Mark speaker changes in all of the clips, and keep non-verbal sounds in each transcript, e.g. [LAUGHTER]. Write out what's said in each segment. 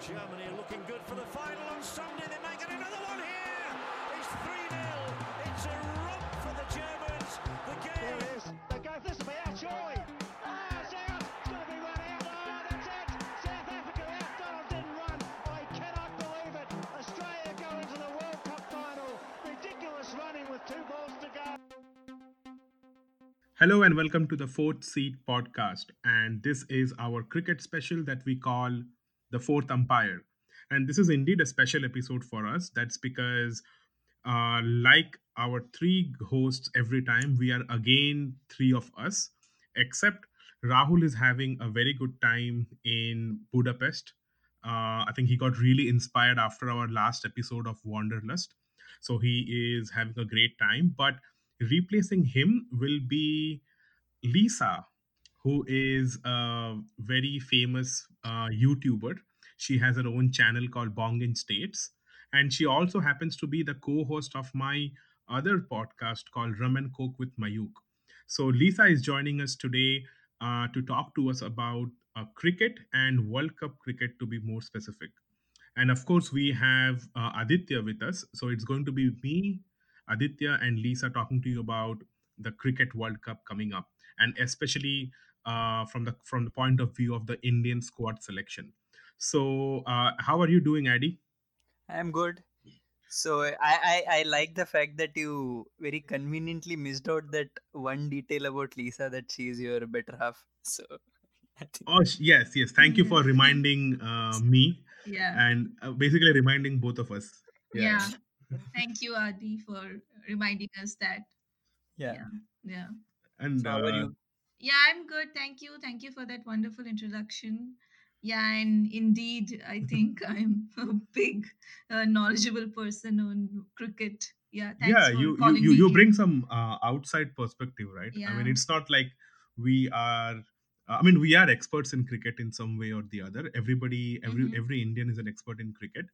Speaker 1: Germany are looking good for the final on Sunday. They might get another one here. It's 3 0. It's a romp for the Germans. The game.
Speaker 2: There it is. They go for this will be out, surely. Ah, it's out. It's going to be run out. Ah, that's it. South Africa out. Donald didn't run. I cannot believe it. Australia go into the World Cup final. Ridiculous running with two balls to go.
Speaker 3: Hello and welcome to the Fourth Seat podcast. And this is our cricket special that we call The Fourth Umpire. And this is indeed a special episode for us. That's because, uh, like our three hosts every time, we are again three of us, except Rahul is having a very good time in Budapest. Uh, I think he got really inspired after our last episode of Wanderlust. So he is having a great time. But replacing him will be Lisa, who is a very famous uh, YouTuber. She has her own channel called Bong in States. And she also happens to be the co host of my other podcast called Rum and Coke with Mayuk. So Lisa is joining us today uh, to talk to us about uh, cricket and World Cup cricket to be more specific. And of course, we have uh, Aditya with us. So it's going to be me, Aditya, and Lisa talking to you about the Cricket World Cup coming up, and especially uh, from the from the point of view of the Indian squad selection. So, uh, how are you doing, Addy?
Speaker 4: I'm good. So I, I I like the fact that you very conveniently missed out that one detail about Lisa that she is your better half. So [LAUGHS] I think-
Speaker 3: Oh sh- yes, yes. Thank you for reminding uh, me
Speaker 5: Yeah.
Speaker 3: and uh, basically reminding both of us.
Speaker 5: Yeah. Thank you, Adi, for reminding us that.
Speaker 4: yeah.
Speaker 5: Yeah.
Speaker 3: And
Speaker 4: So how are
Speaker 3: uh,
Speaker 4: you?
Speaker 5: Yeah, I'm good. Thank you. Thank you for that wonderful introduction. Yeah, and indeed, I
Speaker 3: [LAUGHS]
Speaker 5: think I'm a big, uh, knowledgeable person on cricket. Yeah, thanks
Speaker 3: yeah,
Speaker 5: for
Speaker 3: you you
Speaker 5: calling
Speaker 3: you,
Speaker 5: me
Speaker 3: you
Speaker 5: in.
Speaker 3: bring some uh, outside perspective, right? I mean,
Speaker 5: Yeah.
Speaker 3: it's not like we are. uh, I mean, we are experts in cricket in some way or the other. Everybody, every
Speaker 4: Mm-hmm.
Speaker 5: Mhm.
Speaker 3: every Indian is an expert in cricket.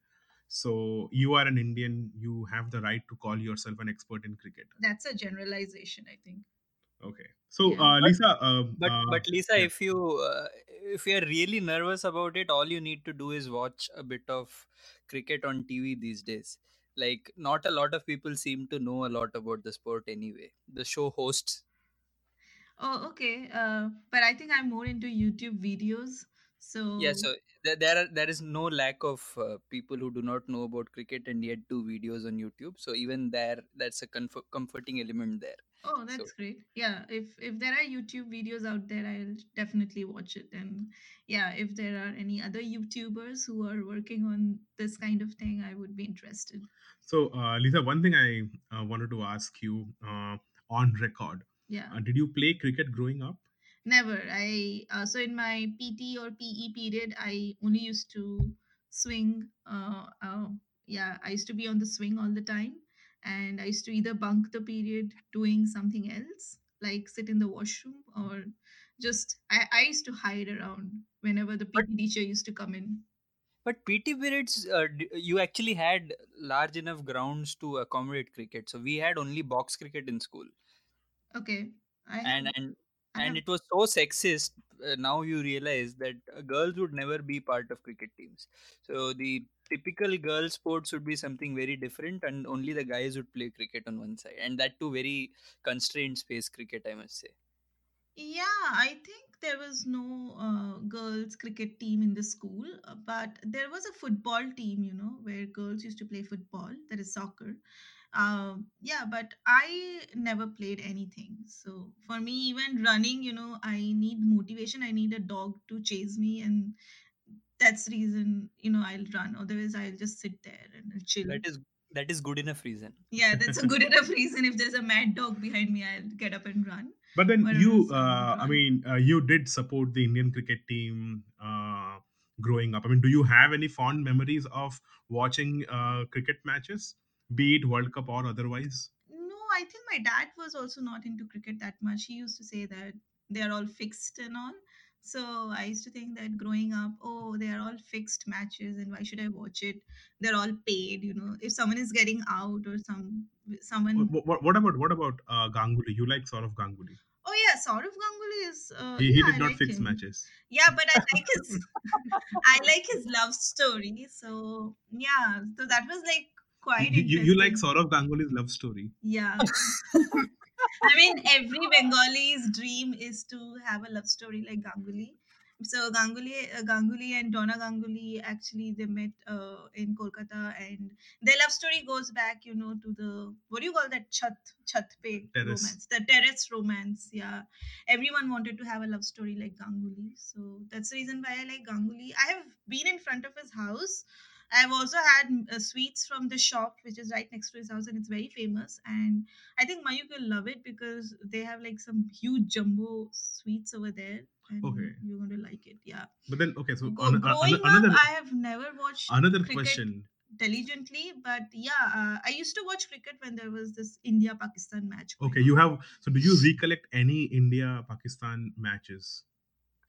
Speaker 3: So you are an Indian. You have the right to call yourself an expert in cricket.
Speaker 5: That's a generalization, I think.
Speaker 3: Okay. So,
Speaker 5: Yeah.
Speaker 3: uh,
Speaker 4: But-
Speaker 3: Lisa. Uh,
Speaker 4: But
Speaker 3: uh,
Speaker 4: but Lisa,
Speaker 3: yeah.
Speaker 4: if you uh, if you are really nervous about it, all you need to do is watch a bit of cricket on TV these days. Like not a lot of people seem to know a lot about the sport anyway. The show hosts.
Speaker 5: Oh, okay. Uh, but I think I'm more into YouTube videos. So
Speaker 4: Yeah, so there there, are, there is no lack of uh, people who do not know about cricket and yet do videos on YouTube. So even there, that's a comfort, comforting element there.
Speaker 5: Oh, that's great. Yeah, if if there are YouTube videos out there, I'll definitely watch it. And yeah, if there are any other YouTubers who are working on this kind of thing, I would be interested.
Speaker 3: So, uh, Lisa, one thing I uh, wanted to ask you uh, on record:
Speaker 5: Yeah.
Speaker 3: uh, Did you play cricket growing up?
Speaker 5: Never. I uh, so in my PT or PE period, I only used to swing. Uh, uh, yeah, I used to be on the swing all the time, and I used to either bunk the period doing something else, like sit in the washroom, or just I, I used to hide around whenever the
Speaker 4: But-
Speaker 5: PT teacher used to come in.
Speaker 4: But PT periods, uh, d- you actually had large enough grounds to accommodate cricket. So we had only box cricket in school,
Speaker 5: Okay, I
Speaker 4: and
Speaker 5: have-
Speaker 4: and
Speaker 5: I
Speaker 4: and
Speaker 5: have-
Speaker 4: it was so sexist. Uh, now you realize that uh, girls would never be part of cricket teams. So the typical girl sports would be something very different, and only the guys would play cricket on one side, and that too very constrained space cricket, I must say.
Speaker 5: Hmm. Yeah, I think there was no uh, girls' cricket team in the school, uh, but there was a football team, you know, where girls used to play football, that is soccer. Um, yeah, but I never played anything. So for me, even running, you know, I need motivation. I need a dog to chase me, and that's the reason, you know, I'll run. Otherwise, I'll just sit there and I'll chill.
Speaker 4: That is that is good enough reason.
Speaker 5: Yeah, that's a good enough reason. If there's a mad dog behind me, I'll get up and run.
Speaker 3: But then
Speaker 5: Whatever
Speaker 3: you,
Speaker 5: is on the
Speaker 3: uh, I
Speaker 5: ground.
Speaker 3: mean, uh, you did support the Indian cricket team uh, growing up. I mean, do you have any fond memories of watching uh, cricket matches, be it World Cup or otherwise?
Speaker 5: No, I think my dad was also not into cricket that much. He used to say that they are all fixed and all. So I used to think that growing up, oh, they are all fixed matches, and why should I watch it? They're all paid, you know. If someone is getting out or some someone, Mm.
Speaker 3: What, what, what about what about uh, Ganguly? You like sort of Ganguly?
Speaker 5: Oh yeah, Saurav Ganguly is. Uh,
Speaker 3: He, he
Speaker 5: yeah,
Speaker 3: did
Speaker 5: I
Speaker 3: not
Speaker 5: like
Speaker 3: fix
Speaker 5: him.
Speaker 3: matches.
Speaker 5: Yeah, but I like
Speaker 3: [LAUGHS]
Speaker 5: his. [LAUGHS] I like his love story. So yeah, so that was like quite
Speaker 3: You, you,
Speaker 5: interesting.
Speaker 3: you like Saurav Ganguly's love story.
Speaker 5: Yeah. I mean, every Bengali's dream is to have a love story like Ganguly. So Ganguly, uh, Ganguly and Donna Ganguly actually they met uh, in Kolkata, and their love story goes back, you know, to the what do you call that chat chat pe
Speaker 3: Terrace.
Speaker 5: romance, the terrace romance. Yeah, everyone wanted to have a love story like Ganguly, so that's the reason why I like Ganguly. I have been in front of his house. I've also had uh, sweets from the shop, which is right next to his house, and it's very famous. And I think Mayuk will love it because they have like some huge jumbo sweets over there. And
Speaker 3: Okay.
Speaker 5: You're going to like it. Yeah.
Speaker 3: But then, okay, so
Speaker 5: Go-
Speaker 3: on, on-
Speaker 5: growing
Speaker 3: another
Speaker 5: up, I have never watched
Speaker 3: another
Speaker 5: cricket
Speaker 3: question.
Speaker 5: diligently. But yeah, uh, I used to watch cricket when there was this India Pakistan match. going
Speaker 3: Okay,
Speaker 5: on.
Speaker 3: you have. So, do you recollect any India Pakistan matches?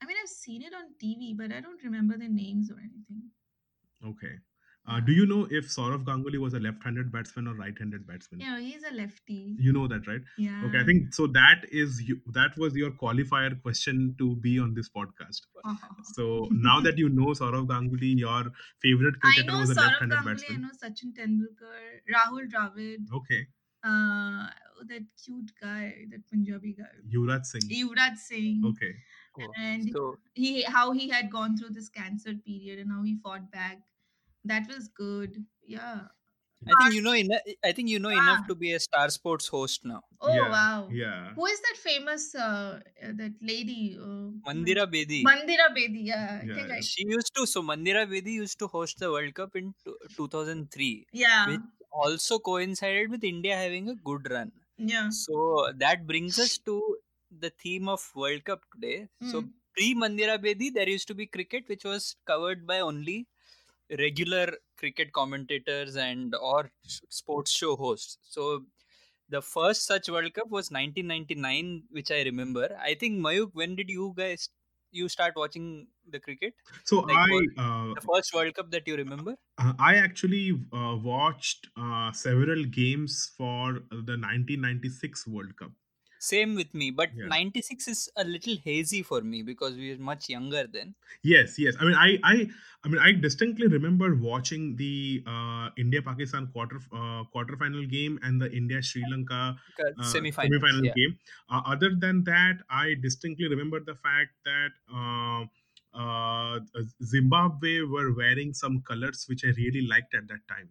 Speaker 5: I mean, I've seen it on TV, but I don't remember the names or anything.
Speaker 3: Okay. Uh, do you know if Saurav Ganguly was a left-handed batsman or right-handed batsman?
Speaker 5: Yeah, Mm. he's a lefty.
Speaker 3: You know that, right?
Speaker 5: Yeah.
Speaker 3: Okay, I think so. That is you, that was your qualifier question to be on this podcast. So now that you know Saurav Ganguly, your favorite
Speaker 5: I
Speaker 3: cricketer
Speaker 5: know
Speaker 3: was a
Speaker 5: Saurav
Speaker 3: left-handed
Speaker 5: Ganguly, I
Speaker 3: batsman.
Speaker 5: know Sachin Tendulkar, Rahul Dravid,
Speaker 3: Okay,
Speaker 5: uh, oh, that cute guy, that Punjabi guy,
Speaker 3: Yuvraj Singh.
Speaker 5: Yuvraj Singh,
Speaker 3: Okay,
Speaker 5: and
Speaker 4: So
Speaker 5: he how he had gone through this cancer period and how he fought back. That was good. Yeah.
Speaker 4: I
Speaker 5: uh,
Speaker 4: think you know enough. I think you know enough to be a Star Sports host now.
Speaker 5: Oh
Speaker 3: Yeah,
Speaker 5: wow.
Speaker 3: yeah.
Speaker 5: Who is that famous uh, uh, that lady? Uh,
Speaker 4: Mandira Bedi.
Speaker 5: Mandira Bedi. Yeah. I
Speaker 3: Yeah,
Speaker 5: think I-
Speaker 3: yeah.
Speaker 4: She used to. So Mandira Bedi used to host the World Cup in t- 2003,
Speaker 5: yeah.
Speaker 4: which also coincided with India having a good run.
Speaker 5: Yeah.
Speaker 4: So that brings us to the theme of World Cup today.
Speaker 3: Hmm.
Speaker 4: So
Speaker 5: Mm.
Speaker 4: pre Mandira Bedi, there used to be cricket, which was covered by only regular cricket commentators and or s- sports show hosts. So the first such World Cup was 1999, which I remember. I think Mayuk, when did you guys you start watching the cricket?
Speaker 3: So
Speaker 4: Like what-
Speaker 3: I uh,
Speaker 4: The first World Cup that you remember?
Speaker 3: Uh, I actually uh, watched uh, several games for the 1996 World Cup.
Speaker 4: Same with me, but
Speaker 3: Yeah.
Speaker 4: 96 is a little hazy for me because we were much younger then.
Speaker 3: Yes, yes. I mean, I, I, I mean, I distinctly remember watching the uh, India-Pakistan quarter uh, quarterfinal game and the India-Sri Lanka uh,
Speaker 4: semi-final.
Speaker 3: semifinal
Speaker 4: Yeah.
Speaker 3: game. Uh, other than that, I distinctly remember the fact that uh, uh, Zimbabwe were wearing some colors which I really liked at that time.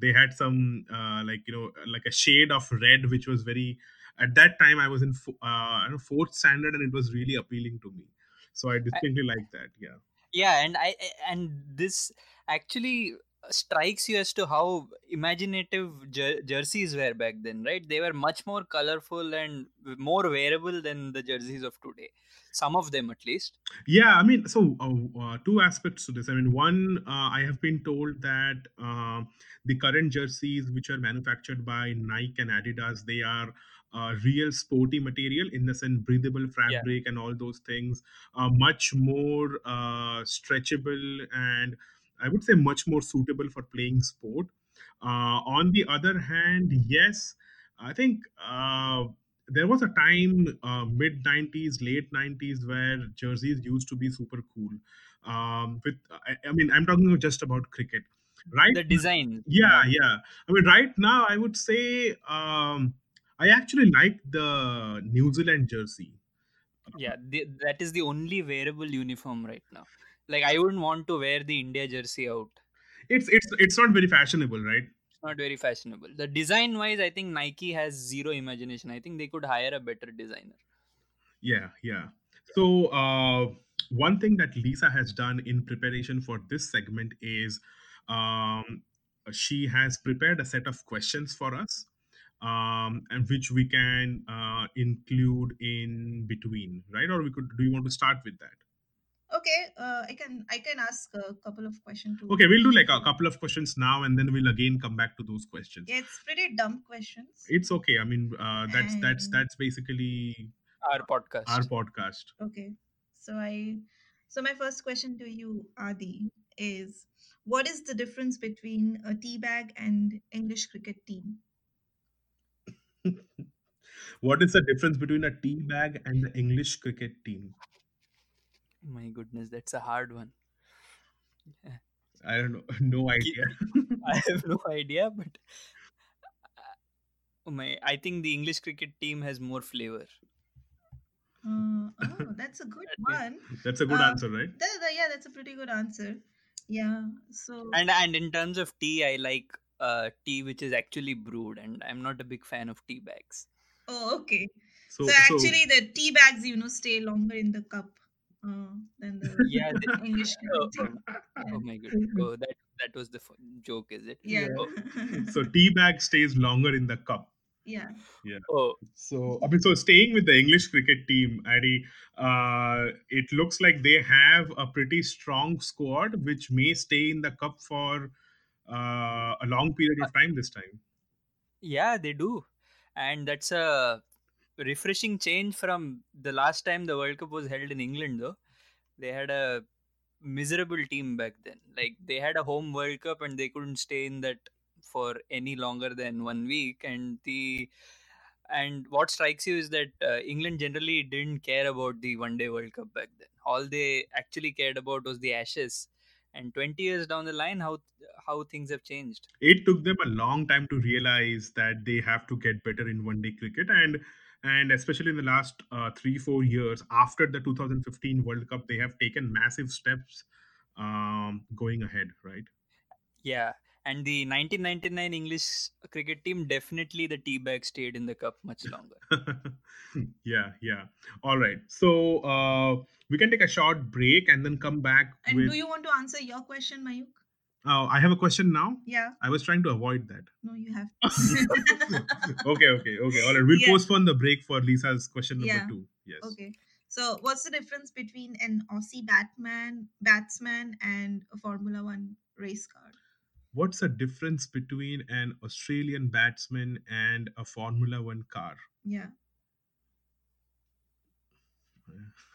Speaker 3: They had some uh, like you know like a shade of red which was very. At that time, I was in fo- uh, I don't know, fourth standard, and it was really appealing to me. So I distinctly like that. Yeah.
Speaker 4: yeah and i I- and this actually strikes you as to how imaginative jer- jerseys were back then right they were much more colorful and more wearable than the jerseys of today some of them at least
Speaker 3: Yeah, I mean, so uh, uh, two aspects to this. I mean, one, uh, I have been told that uh, the current jerseys, which are manufactured by Nike and Adidas, they are uh, real sporty material in the sense breathable
Speaker 4: Yeah.
Speaker 3: fabric and all those things, uh, much more uh, stretchable and I would say much more suitable for playing sport. Uh, on the other hand, yes, I think. Uh, there was a time uh, mid 90s late 90s where jerseys used to be super cool um with i, I mean i'm talking just about cricket right
Speaker 4: the design
Speaker 3: yeah yeah i mean right now i would say um i actually like the new zealand jersey
Speaker 4: yeah the, that is the only wearable uniform right now like i wouldn't want to wear the india jersey out
Speaker 3: it's it's it's not very fashionable right
Speaker 4: it's not very fashionable the design wise i think nike has zero imagination i think they could hire a better designer
Speaker 3: Yeah, yeah. So, uh, one thing that Lisa has done in preparation for this segment is um, she has prepared a set of questions for us, um, and which we can uh, include in between, right? Or we could, do you want to start with that?
Speaker 5: Okay. Uh, I can I can ask a couple of questions. to-
Speaker 3: Okay, we'll do like a couple of questions now, and then we'll again come back to those questions.
Speaker 5: Yeah, it's pretty dumb questions.
Speaker 3: It's okay. I mean, uh, that's that's
Speaker 5: And-
Speaker 3: that's basically
Speaker 4: our podcast
Speaker 3: our podcast.
Speaker 5: Okay. So I so my first question to you, Adi, is what is the difference between a tea bag and English cricket team?
Speaker 3: What is the difference between a tea bag and the English cricket team?
Speaker 4: My goodness, that's a hard one.
Speaker 3: I don't know. [LAUGHS] No idea.
Speaker 4: [LAUGHS] I have no idea, but uh, my I think the English cricket team has more flavor.
Speaker 5: Uh, oh, that's a good
Speaker 4: That is-
Speaker 5: one.
Speaker 3: That's a good
Speaker 5: Uh,
Speaker 3: answer, right?
Speaker 5: That, that- yeah, that's a pretty good answer. Yeah. So
Speaker 4: And and in terms of tea, I like uh, tea which is actually brewed, and I'm not a big fan of tea bags.
Speaker 5: oh, okay.
Speaker 3: So,
Speaker 5: so actually, the tea bags, you know, stay longer in the cup uh, than the
Speaker 4: Yeah. they-
Speaker 5: English
Speaker 4: oh,
Speaker 5: cricket team.
Speaker 4: oh my goodness. Oh, that that was the f- joke, is it?
Speaker 5: Yeah.
Speaker 4: Oh,
Speaker 5: [LAUGHS] Yeah.
Speaker 3: so tea bag stays longer in the cup.
Speaker 5: yeah.
Speaker 4: oh,
Speaker 3: So, I mean, so staying with the English cricket team, Adi, uh, it looks like they have a pretty strong squad, which may stay in the cup for uh, a long period of time this time.
Speaker 4: yeah, they do, and that's a refreshing change from the last time the World Cup was held in England. Though they had a miserable team back then. Like they had a home World Cup and they couldn't stay in that for any longer than one week. And the and what strikes you is that uh, England generally didn't care about the One Day World Cup back then. All they actually cared about was the Ashes. And 20 years down the line, how how things have changed.
Speaker 3: it took them a long time to realize that they have to get better in one day cricket and and especially in the last uh, 3 4 years after the 2015 world cup they have taken massive steps um, going ahead right
Speaker 4: Yeah. And the 1999 English cricket team definitely the tea bag stayed in the cup much longer.
Speaker 3: [LAUGHS] yeah yeah all right so uh, we can take a short break and then come back
Speaker 5: And
Speaker 3: with
Speaker 5: do you want to answer your question, Mayuk?
Speaker 3: oh, i have a question now
Speaker 5: Yeah.
Speaker 3: i was trying to avoid
Speaker 5: [LAUGHS]
Speaker 3: that
Speaker 5: No, you have. to.
Speaker 3: [LAUGHS]
Speaker 5: [LAUGHS]
Speaker 3: okay okay okay all right we'll
Speaker 5: Yeah.
Speaker 3: postpone the break for lisa's question number
Speaker 5: Yeah.
Speaker 3: 2 yes
Speaker 5: Okay. So, what's the difference between an Aussie Batman batsman and a Formula One race car?
Speaker 3: what's the difference between an Australian batsman and a Formula One car? [LAUGHS]
Speaker 5: Yeah.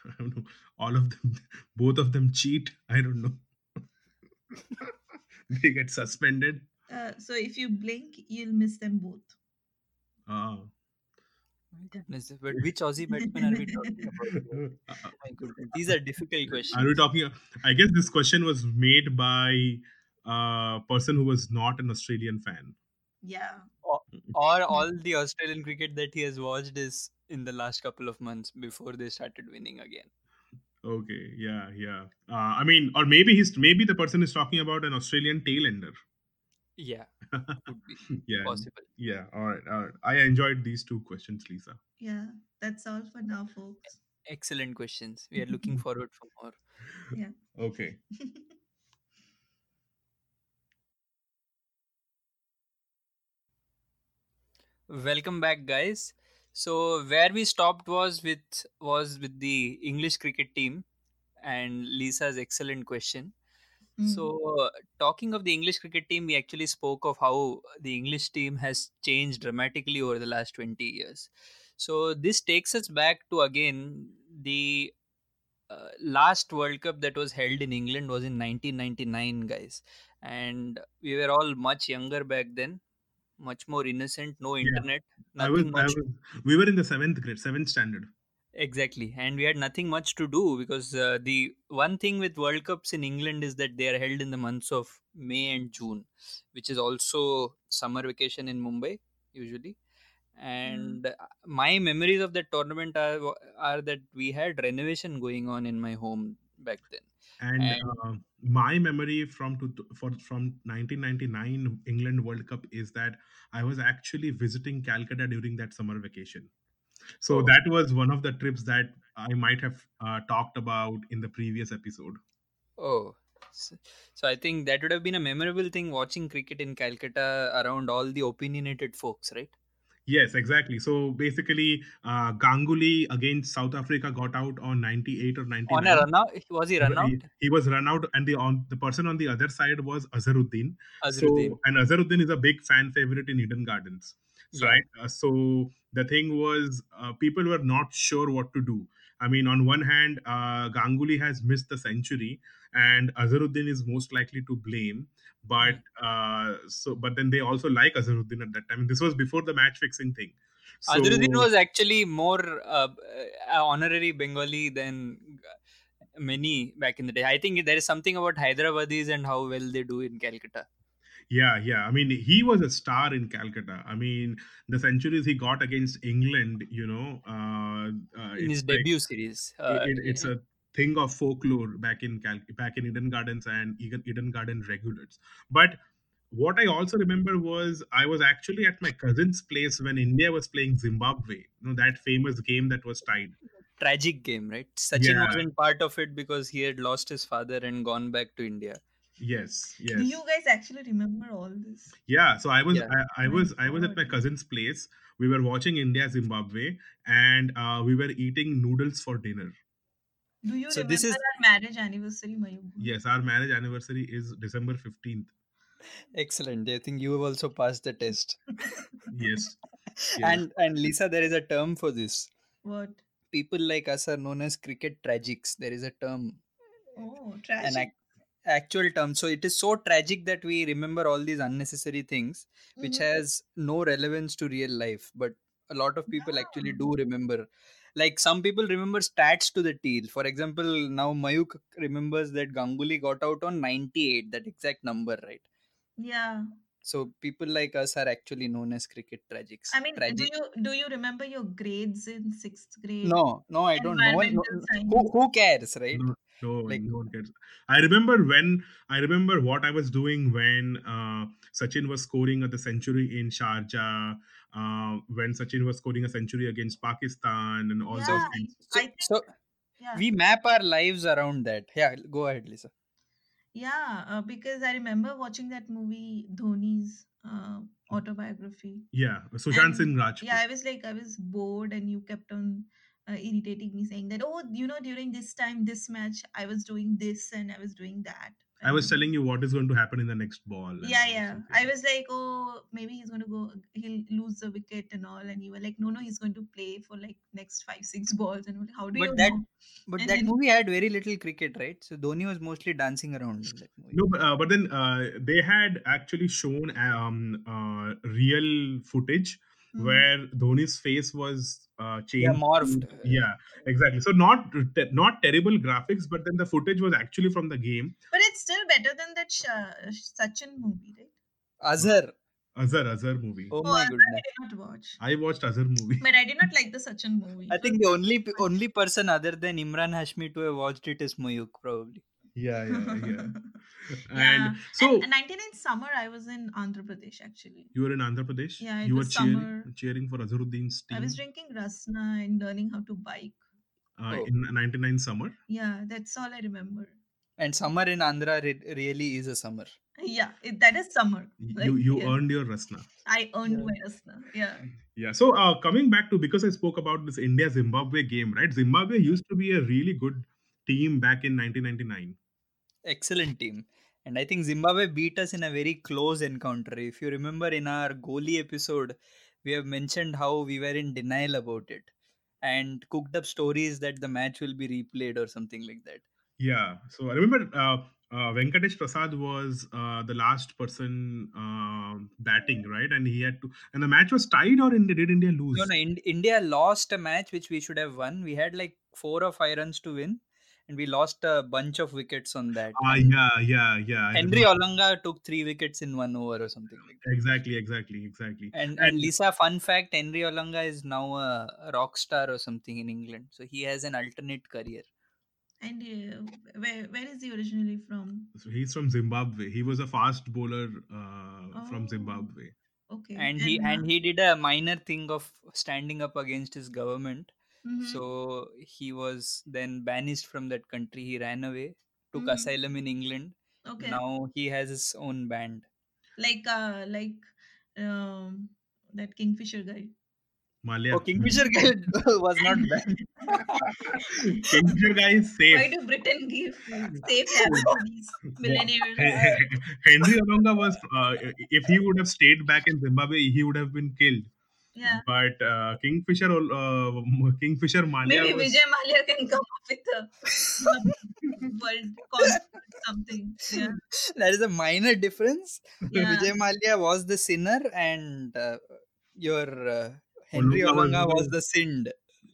Speaker 3: I don't know. All of them, [LAUGHS] both of them cheat. I don't know. [LAUGHS] they get suspended.
Speaker 5: Uh, so, if you blink, you'll miss them both.
Speaker 3: Ah.
Speaker 5: [LAUGHS]
Speaker 4: My goodness, But which Aussie batsman are we talking about? here? Oh My goodness, these are
Speaker 3: [LAUGHS]
Speaker 4: difficult questions.
Speaker 3: Are we talking? I guess this question was made by a person who was not an Australian fan.
Speaker 5: Yeah.
Speaker 4: or all the Australian cricket that he has watched is in the last couple of months before they started winning again.
Speaker 3: Okay, yeah, yeah. Uh, I mean, or maybe he's maybe the person is talking about an Australian tailender. [LAUGHS]
Speaker 4: Yeah, could be
Speaker 3: yeah,
Speaker 4: possible.
Speaker 3: yeah. All right, all right. I enjoyed these two questions, Lisa.
Speaker 5: Yeah. That's all for now, folks. [LAUGHS]
Speaker 4: Excellent questions. We are looking forward for more.
Speaker 3: Okay.
Speaker 4: Welcome back, guys. So where we stopped was with was with the English cricket team and Lisa's excellent question.
Speaker 5: Mm.
Speaker 4: So, uh, talking of the English cricket team, we actually spoke of how the English team has changed dramatically over the last 20 years. So, this takes us back to again the uh, last World Cup that was held in England was in 1999, guys. And we were all much younger back then, much more innocent, no internet,
Speaker 3: I was,
Speaker 4: nothing
Speaker 3: I
Speaker 4: much.
Speaker 3: was, we were in the seventh grade, seventh standard.
Speaker 4: Exactly, and we had nothing much to do because uh, the one thing with World Cups in England is that they are held in the months of May and June, which is also summer vacation in Mumbai usually. And uh, my memories of that tournament are wa- are that we had renovation going on in my home back then.
Speaker 3: And,
Speaker 4: And-
Speaker 3: uh, my memory from to, for from 1999 England World Cup is that I was actually visiting Calcutta during that summer vacation. So
Speaker 4: Oh.
Speaker 3: that was one of the trips that I might have uh, talked about in the previous episode.
Speaker 4: Oh, so, so I think that would have been a memorable thing watching cricket in Calcutta around all the opinionated folks, right?
Speaker 3: Yes, exactly. So basically, uh, Ganguly against South Africa got out on 98 or 99.
Speaker 4: On a run out, was he run out?
Speaker 3: He, he was run out, and the on the person on the other side was Azharuddin.
Speaker 4: Azharuddin.
Speaker 3: So, and Azharuddin is a big fan favorite in Eden Gardens,
Speaker 4: Yeah.
Speaker 3: right? Uh, so the thing was, uh, people were not sure what to do. I mean, on one hand, uh, Ganguly has missed the century, and Azharuddin is most likely to blame.
Speaker 4: Hmm.
Speaker 3: But uh, so, but then they also like Azharuddin at that time. This was before the match fixing thing. So,
Speaker 4: Adruddin was actually more uh, uh, honorary Bengali than uh, many back in the day. I think there is something about Hyderabadis and how well they do in Calcutta.
Speaker 3: Yeah, yeah. I mean, he was a star in Calcutta. I mean, the centuries he got against England, you know, uh, uh,
Speaker 4: in his
Speaker 3: it's like-
Speaker 4: debut series. Uh,
Speaker 3: it, it- it's a thing of folklore back in Cal- back in Eden Gardens and Eden, Eden Garden regulars. But what I also remember was I was actually at my cousin's place when India was playing Zimbabwe. You know that famous game that was tied.
Speaker 4: tragic game, right? Sachin
Speaker 3: Yeah.
Speaker 4: wasn't part of it because he had lost his father and gone back to India.
Speaker 3: Yes, yes,
Speaker 5: Do you guys actually remember all this?
Speaker 3: yeah. So I was
Speaker 4: Yeah.
Speaker 3: I, I
Speaker 5: My
Speaker 3: was I was at my
Speaker 5: God.
Speaker 3: cousin's place. We were watching India Zimbabwe, and uh, we were eating noodles for dinner.
Speaker 5: Do you
Speaker 4: So
Speaker 5: remember
Speaker 4: this is-
Speaker 5: our marriage anniversary, Mayur?
Speaker 3: Yes, our marriage anniversary is December fifteenth.
Speaker 4: Excellent. I think you have also passed the test.
Speaker 3: Yes, Yes.
Speaker 4: And and Lisa, there is a term for this.
Speaker 5: What?
Speaker 4: People like us are known as cricket tragics. There is a term,
Speaker 5: Oh,
Speaker 4: an
Speaker 5: tragic.
Speaker 4: ac- actual term. So it is so tragic that we remember all these unnecessary things, which
Speaker 5: Mhm.
Speaker 4: has no relevance to real life. But a lot of people actually
Speaker 5: Yeah.
Speaker 4: do remember. Like some people remember stats to the T. For example, now Mayuk remembers that Ganguly got out on 98, that exact number, right?
Speaker 5: Yeah.
Speaker 4: So people like us are actually known as cricket tragics.
Speaker 5: I mean, do
Speaker 4: Tragic.
Speaker 5: you do you remember your grades in sixth grade?
Speaker 4: No, no, I don't know. No,
Speaker 5: Environmental
Speaker 4: no- who,
Speaker 5: science.
Speaker 4: who cares, right?
Speaker 3: No, no,
Speaker 4: Like-
Speaker 5: uh,
Speaker 3: no one gets. I remember when I remember what I was doing when uh, Sachin was scoring at the century in Sharjah, uh, when Sachin was scoring a century against Pakistan, and all those
Speaker 5: Yeah,
Speaker 3: things.
Speaker 4: So,
Speaker 5: I think uh
Speaker 4: so
Speaker 5: yeah.
Speaker 4: we map our lives around that. Yeah, go ahead, Lisa.
Speaker 5: Yeah, uh, because I remember watching that movie Dhoni's uh, autobiography.
Speaker 3: Yeah, Sushant
Speaker 5: And-
Speaker 3: Singh Rajput.
Speaker 5: Yeah, I was like, I was bored, and you kept on uh, irritating me, saying that, oh, you know, during this time, this match, I was doing this and I was doing that.
Speaker 3: I was
Speaker 5: and-
Speaker 3: telling you what is going to happen in the next ball. and
Speaker 5: Yeah,
Speaker 3: all
Speaker 5: yeah.
Speaker 3: those
Speaker 5: I
Speaker 3: things.
Speaker 5: was like, oh, maybe he's going to go, he'll lose the wicket and all. And you were like, no, no, he's going to play for like next five, six balls. And I'm like, how do
Speaker 4: But
Speaker 5: you
Speaker 4: that-
Speaker 5: know?
Speaker 4: But
Speaker 5: And
Speaker 4: that
Speaker 5: then-
Speaker 4: movie had very little cricket, right? So Dhoni was mostly dancing around in that movie.
Speaker 3: No, but, uh, but then uh, they had actually shown um, uh, real footage
Speaker 5: Hmm.
Speaker 3: where Dhoni's face was uh, changed. to-
Speaker 4: morphed.
Speaker 3: Yeah, exactly. So not te- not terrible graphics, but then the footage was actually from the game.
Speaker 5: But it's still better than that Sha- Sachin movie, right?
Speaker 4: Azhar.
Speaker 3: Azhar Azhar movie.
Speaker 4: Oh
Speaker 5: Oh,
Speaker 4: my
Speaker 5: Azhar I
Speaker 4: goodness.
Speaker 5: did not watch.
Speaker 3: I watched Azhar
Speaker 5: [LAUGHS]
Speaker 3: movie.
Speaker 5: But I did not like the Sachin movie.
Speaker 4: I think the only pe- only person other than Imran Hashmi to have watched it is Mayuk, probably.
Speaker 3: [LAUGHS] Yeah, yeah, [LAUGHS]
Speaker 5: [LAUGHS]
Speaker 3: yeah.
Speaker 5: Yeah.
Speaker 3: And so
Speaker 5: and 99 summer I was in Andhra Pradesh actually.
Speaker 3: you were in Andhra Pradesh.
Speaker 5: Yeah, it
Speaker 3: you were
Speaker 5: was
Speaker 3: cheering,
Speaker 5: summer.
Speaker 3: cheering for Azharuddin's team
Speaker 5: I was drinking rasna and learning how to bike.
Speaker 3: uh,
Speaker 4: Oh.
Speaker 3: in '99 summer.
Speaker 5: Yeah, that's all I remember.
Speaker 4: And summer in Andhra re- really is a summer.
Speaker 5: Yeah, it, that is summer.
Speaker 3: you
Speaker 5: Like,
Speaker 3: you
Speaker 5: yeah.
Speaker 3: earned your rasna.
Speaker 5: I earned
Speaker 4: Yeah.
Speaker 5: my rasna. Yeah.
Speaker 3: Yeah. So uh, coming back to because I spoke about this India Zimbabwe game, right? Zimbabwe used to be a really good team back in 1999.
Speaker 4: Excellent team. And I think Zimbabwe beat us in a very close encounter. If you remember in our goalie episode, we have mentioned how we were in denial about it and cooked up stories that the match will be replayed or something like that.
Speaker 3: Yeah. So I remember uh, uh, Venkatesh Prasad was uh, the last person um batting, right? And he had to, and the match was tied, or India, did India lose?
Speaker 4: No, no. In- India lost a match which we should have won. We had like four or five runs to win, and we lost a bunch of wickets on that.
Speaker 3: Ah,
Speaker 4: And
Speaker 3: yeah, yeah, yeah. I
Speaker 4: Henry
Speaker 3: remember.
Speaker 4: Olanga took three wickets in one over or something like that.
Speaker 3: Exactly, exactly, exactly.
Speaker 4: And, and
Speaker 3: And-
Speaker 4: Lisa, fun fact: Henry Olanga is now a a rock star or something in England, so he has an alternate career.
Speaker 5: And uh, where where is he originally from?
Speaker 3: So he's from Zimbabwe. He was a fast bowler uh, from
Speaker 5: Oh.
Speaker 3: Zimbabwe.
Speaker 5: Okay.
Speaker 4: And he
Speaker 5: uh, [LAUGHS]
Speaker 4: and he did a minor thing of standing up against his government.
Speaker 5: mhm.
Speaker 4: So he was then banished from that country. He ran away, took
Speaker 5: Mhm.
Speaker 4: asylum in England.
Speaker 5: okay.
Speaker 4: Now he has his own band.
Speaker 5: Like uh like um that Kingfisher guy.
Speaker 3: Malia.
Speaker 4: Oh,
Speaker 3: [LAUGHS]
Speaker 4: Kingfisher guy [LAUGHS] was not [LAUGHS] banned.
Speaker 3: Kingfisher guy is safe.
Speaker 5: Why do Britain give
Speaker 3: [LAUGHS]
Speaker 5: safe haven to these millionaires?
Speaker 3: [LAUGHS] Henry Olonga was, uh, if he would have stayed back in Zimbabwe, he would have been killed.
Speaker 5: Yeah.
Speaker 3: But uh, Kingfisher, Ol- uh, Kingfisher Malia
Speaker 5: Maybe
Speaker 3: was,
Speaker 5: Vijay Malia can [LAUGHS] come up with a a world concept or something. Yeah.
Speaker 4: That is a minor difference.
Speaker 5: Yeah.
Speaker 4: Vijay Malia was the sinner, and uh, your uh, Henry
Speaker 3: Olunga was
Speaker 4: Awanga was
Speaker 3: the-
Speaker 4: the sinned.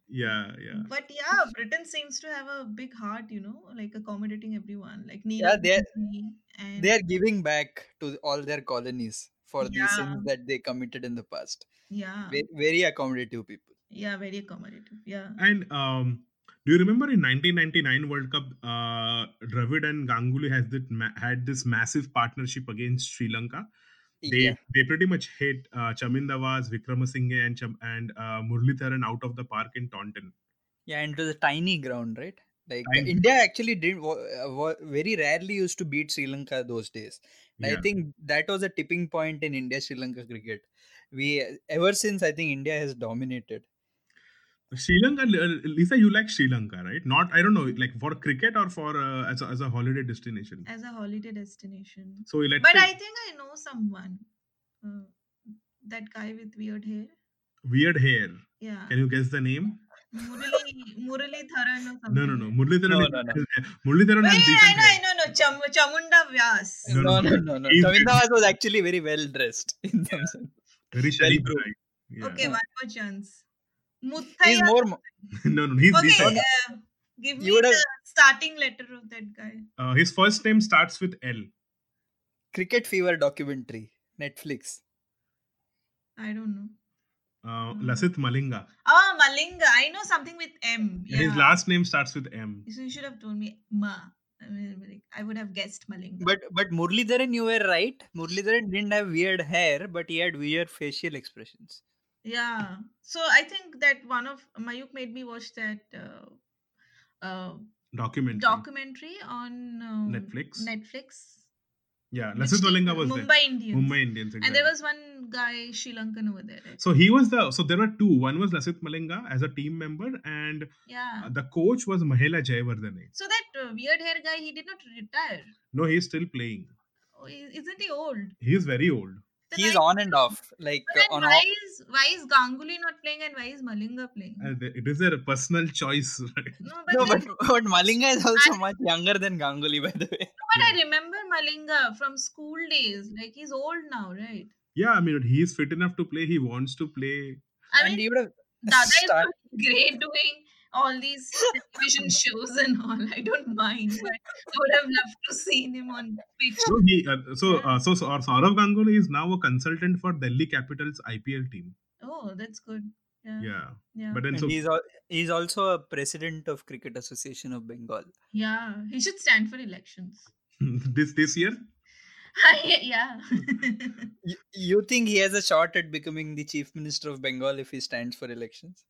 Speaker 3: yeah, yeah.
Speaker 5: But yeah, Britain seems to have a big heart, you know, like accommodating everyone, like needing
Speaker 4: Yeah, they're-
Speaker 5: and
Speaker 4: They are giving back to all their colonies for the
Speaker 5: Yeah.
Speaker 4: sins that they committed in the past.
Speaker 5: yeah,
Speaker 4: Ve- Very accommodative people.
Speaker 5: yeah, very accommodative. Yeah,
Speaker 3: And um, do you remember in 1999 World Cup, uh, Dravid and Ganguly has that ma- had this massive partnership against Sri Lanka. They
Speaker 4: Yeah.
Speaker 3: they pretty much hit uh, Chamin Dawaz, Vikramasinghe, and Cham- and uh, Murlitharan out of the park in Taunton.
Speaker 4: Yeah, and it was a tiny ground, right? Like
Speaker 3: Tiny.
Speaker 4: India actually didn't wa- uh, wa- very rarely used to beat Sri Lanka those days. And
Speaker 3: Yeah.
Speaker 4: I think that was a tipping point in India Sri Lanka cricket. We uh, ever since I think India has dominated.
Speaker 3: Sri Lanka, L- Lisa, you like Sri Lanka, right? Not I don't know, like for cricket or for uh, as a, as a holiday destination.
Speaker 5: as a holiday destination.
Speaker 3: So let's
Speaker 5: Uh, But
Speaker 3: say
Speaker 5: I think I know someone, uh, that guy with weird hair.
Speaker 3: weird hair.
Speaker 5: Yeah,
Speaker 3: Can you guess the name?
Speaker 5: Murali Murali Tharan or something.
Speaker 3: No, no, no. Murlitharan.
Speaker 4: No,
Speaker 3: is-
Speaker 4: no,
Speaker 3: Murlitharan
Speaker 5: Wait,
Speaker 3: has
Speaker 5: I
Speaker 3: decent
Speaker 5: know, I
Speaker 3: hair.
Speaker 5: know, no, Cham- Chamunda Vyas.
Speaker 3: No,
Speaker 4: No,
Speaker 3: no,
Speaker 4: no, no, no.
Speaker 3: he's
Speaker 4: Chamin
Speaker 3: very-
Speaker 4: Dawaz was actually very well dressed [LAUGHS] in some sense.
Speaker 3: Very
Speaker 4: Well
Speaker 3: sharp
Speaker 4: groomed.
Speaker 3: guy. Yeah.
Speaker 5: Okay,
Speaker 4: Yeah.
Speaker 5: one more chance.
Speaker 4: He's
Speaker 5: Muthaya.
Speaker 4: more. mo-
Speaker 3: [LAUGHS] no, no, he's
Speaker 5: Okay,
Speaker 3: decent.
Speaker 5: uh, give me
Speaker 4: You would
Speaker 5: the
Speaker 4: have
Speaker 5: starting letter of that guy.
Speaker 3: Uh, his first name starts with L.
Speaker 4: cricket fever documentary Netflix.
Speaker 5: I don't know.
Speaker 3: Uh,
Speaker 5: Mm.
Speaker 3: Lasith Malinga.
Speaker 5: Oh, Malinga. I know something with M. Yeah.
Speaker 3: His last name starts with M.
Speaker 5: So you should have told me Ma. I, mean, like, I would have guessed Malinga.
Speaker 4: But but Murlidharan, you were right. Murlidharan didn't have weird hair, but he had weird facial expressions.
Speaker 5: yeah. So I think that one of Mayuk made me watch that uh, uh,
Speaker 3: Documentary.
Speaker 5: documentary on um,
Speaker 3: Netflix?
Speaker 5: Netflix.
Speaker 3: yeah,
Speaker 5: which
Speaker 3: Lasith
Speaker 5: did-
Speaker 3: Malinga was
Speaker 5: Mumbai
Speaker 3: there.
Speaker 5: Indians.
Speaker 3: Mumbai Indians. Exactly.
Speaker 5: And there was one guy Sri Lankan over there. Right?
Speaker 3: so he was the. So there were two. One was Lasith Malinga as a team member, and
Speaker 5: yeah.
Speaker 3: uh, the coach was Mahela Jayavardhane.
Speaker 5: So that uh, weird hair guy, he did not retire.
Speaker 3: No, he's still playing.
Speaker 5: Oh, i- isn't he old?
Speaker 3: He is very old.
Speaker 5: Then
Speaker 4: He's
Speaker 5: I-
Speaker 4: on and
Speaker 3: [LAUGHS]
Speaker 4: off. Like uh,
Speaker 5: But then
Speaker 4: on
Speaker 5: why
Speaker 4: off.
Speaker 5: is why is Ganguly not playing and why is Malinga playing?
Speaker 3: Uh, th- It is their personal [LAUGHS] choice. right?
Speaker 5: no, but,
Speaker 4: No,
Speaker 5: then- [LAUGHS]
Speaker 4: but, but Malinga is also much younger than Ganguly, by the way.
Speaker 5: but I remember Malinga from school days. Like he's old now, right?
Speaker 3: yeah, I mean, he is fit enough to play. He wants to play.
Speaker 5: I
Speaker 4: and
Speaker 5: mean,
Speaker 4: you [LAUGHS] would have
Speaker 5: Dada is
Speaker 4: start-
Speaker 5: doing [LAUGHS] great doing all these
Speaker 4: [LAUGHS]
Speaker 5: television shows and all. I don't mind, but I would have loved to seen him on picture.
Speaker 3: No, he, uh, so, uh, so, so, Saurav Ganguly is now a consultant for Delhi Capital's IPL team.
Speaker 5: Oh, that's good. Yeah, yeah,
Speaker 3: Yeah.
Speaker 5: yeah.
Speaker 3: But then,
Speaker 4: and
Speaker 3: so
Speaker 4: he's al- he's also a president of Cricket Association of Bengal.
Speaker 5: He should stand for elections.
Speaker 3: [LAUGHS]
Speaker 5: [LAUGHS]
Speaker 3: this this year,
Speaker 5: yeah. [LAUGHS]
Speaker 4: You, you think he has a shot at becoming the chief minister of Bengal if he stands for elections?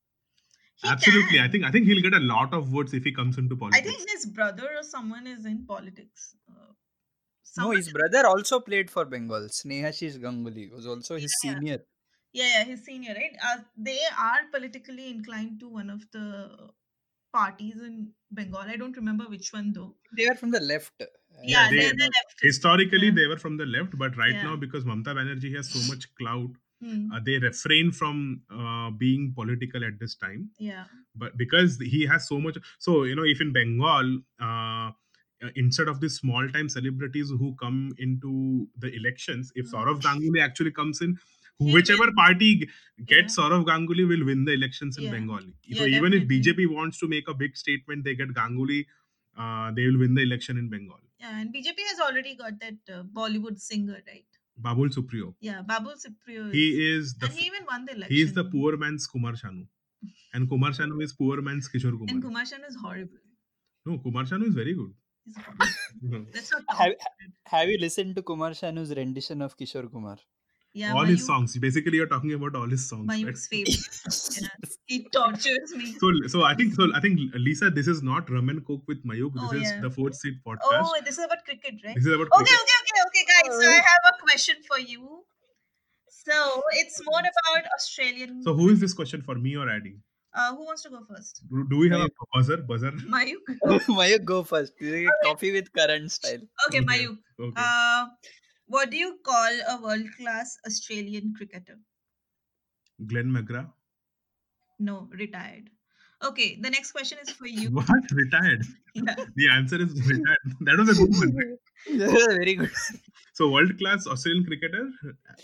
Speaker 5: He
Speaker 3: absolutely. I
Speaker 5: can.
Speaker 3: think I think he'll get a lot of votes if he comes into
Speaker 5: I
Speaker 3: politics.
Speaker 5: think his brother or someone is in politics. Uh,
Speaker 4: No,
Speaker 5: someone-
Speaker 4: his brother also played for Bengal. Snehashish Ganguly was also his
Speaker 5: Yeah.
Speaker 4: senior.
Speaker 5: yeah, yeah, his senior, right? Uh, they are politically inclined to one of the parties in Bengal. I don't remember which one though.
Speaker 4: They are from the left. uh,
Speaker 5: Yeah,
Speaker 3: they-
Speaker 5: they, are the leftists.
Speaker 3: Historically,
Speaker 5: Yeah.
Speaker 3: they were from the left, but right
Speaker 5: Yeah.
Speaker 3: now, because Mamta Banerjee has so much clout,
Speaker 5: Hmm,
Speaker 3: uh, they refrain from uh, being political at this time.
Speaker 5: yeah,
Speaker 3: But because he has so much, so you know, if in Bengal, uh, uh, instead of these small-time celebrities who come into the elections, if
Speaker 5: Hmm.
Speaker 3: Saurav Ganguly actually comes in.
Speaker 5: He
Speaker 3: Whichever
Speaker 5: will-
Speaker 3: party g- gets
Speaker 5: Yeah.
Speaker 3: Saurav Ganguly will win the elections in
Speaker 5: Yeah.
Speaker 3: Bengal.
Speaker 5: Yeah,
Speaker 3: so even if
Speaker 5: definitely.
Speaker 3: BJP wants to make a big statement, they get Ganguly, uh, they will win the election in Bengal.
Speaker 5: yeah. And BJP has already got that uh, Bollywood singer, right?
Speaker 3: Babul Supriyo.
Speaker 5: Yeah, Babul Supriyo.
Speaker 3: he
Speaker 5: is-
Speaker 3: is the
Speaker 5: Hmm. and he even won the election.
Speaker 3: he is the poor man's Kumar Shanu, and Kumar Shanu is poor man's Kishore Kumar.
Speaker 5: And Kumar Sanu is horrible.
Speaker 3: no, Kumar Shanu is very good.
Speaker 5: He's horrible. [LAUGHS] That's not
Speaker 4: Have, have you listened to Kumar Shanu's rendition of Kishore Kumar?
Speaker 5: yeah,
Speaker 3: all his
Speaker 5: Mayur-
Speaker 3: songs. Basically, you're talking about all his songs. right?
Speaker 5: Mayuk's favorite.
Speaker 3: [LAUGHS]
Speaker 5: He tortures me.
Speaker 3: So, so I think so. I think Lisa, this is not rum and coke with Mayuk. This
Speaker 5: Oh,
Speaker 3: is
Speaker 5: yeah.
Speaker 3: the fourth seat podcast.
Speaker 5: oh, this is about cricket, right?
Speaker 3: This is about
Speaker 5: Okay,
Speaker 3: cricket. [LAUGHS]
Speaker 5: okay, okay, okay, guys. So
Speaker 3: Oh.
Speaker 5: I have a question for you. So it's more about Australian.
Speaker 3: So, who is this question for me or Addy?
Speaker 5: uh, who wants to go first?
Speaker 3: Do do we have a buzzer? Buzzer.
Speaker 5: Mayuk.
Speaker 4: [LAUGHS] Mayuk, go first. You get Coffee with current
Speaker 5: [LAUGHS]
Speaker 4: style.
Speaker 5: Okay,
Speaker 3: Okay.
Speaker 5: Mayuk.
Speaker 3: Okay.
Speaker 5: Uh, what do you call a world-class Australian cricketer? Uh,
Speaker 3: Glenn McGrath.
Speaker 5: No, retired. Okay, the next question is
Speaker 3: [LAUGHS]
Speaker 5: for you.
Speaker 3: [LAUGHS]
Speaker 5: [LAUGHS]
Speaker 3: What retired?
Speaker 5: Yeah.
Speaker 3: The answer is retired. [LAUGHS] That was a good one.
Speaker 4: Very good.
Speaker 3: So, world class Australian cricketer.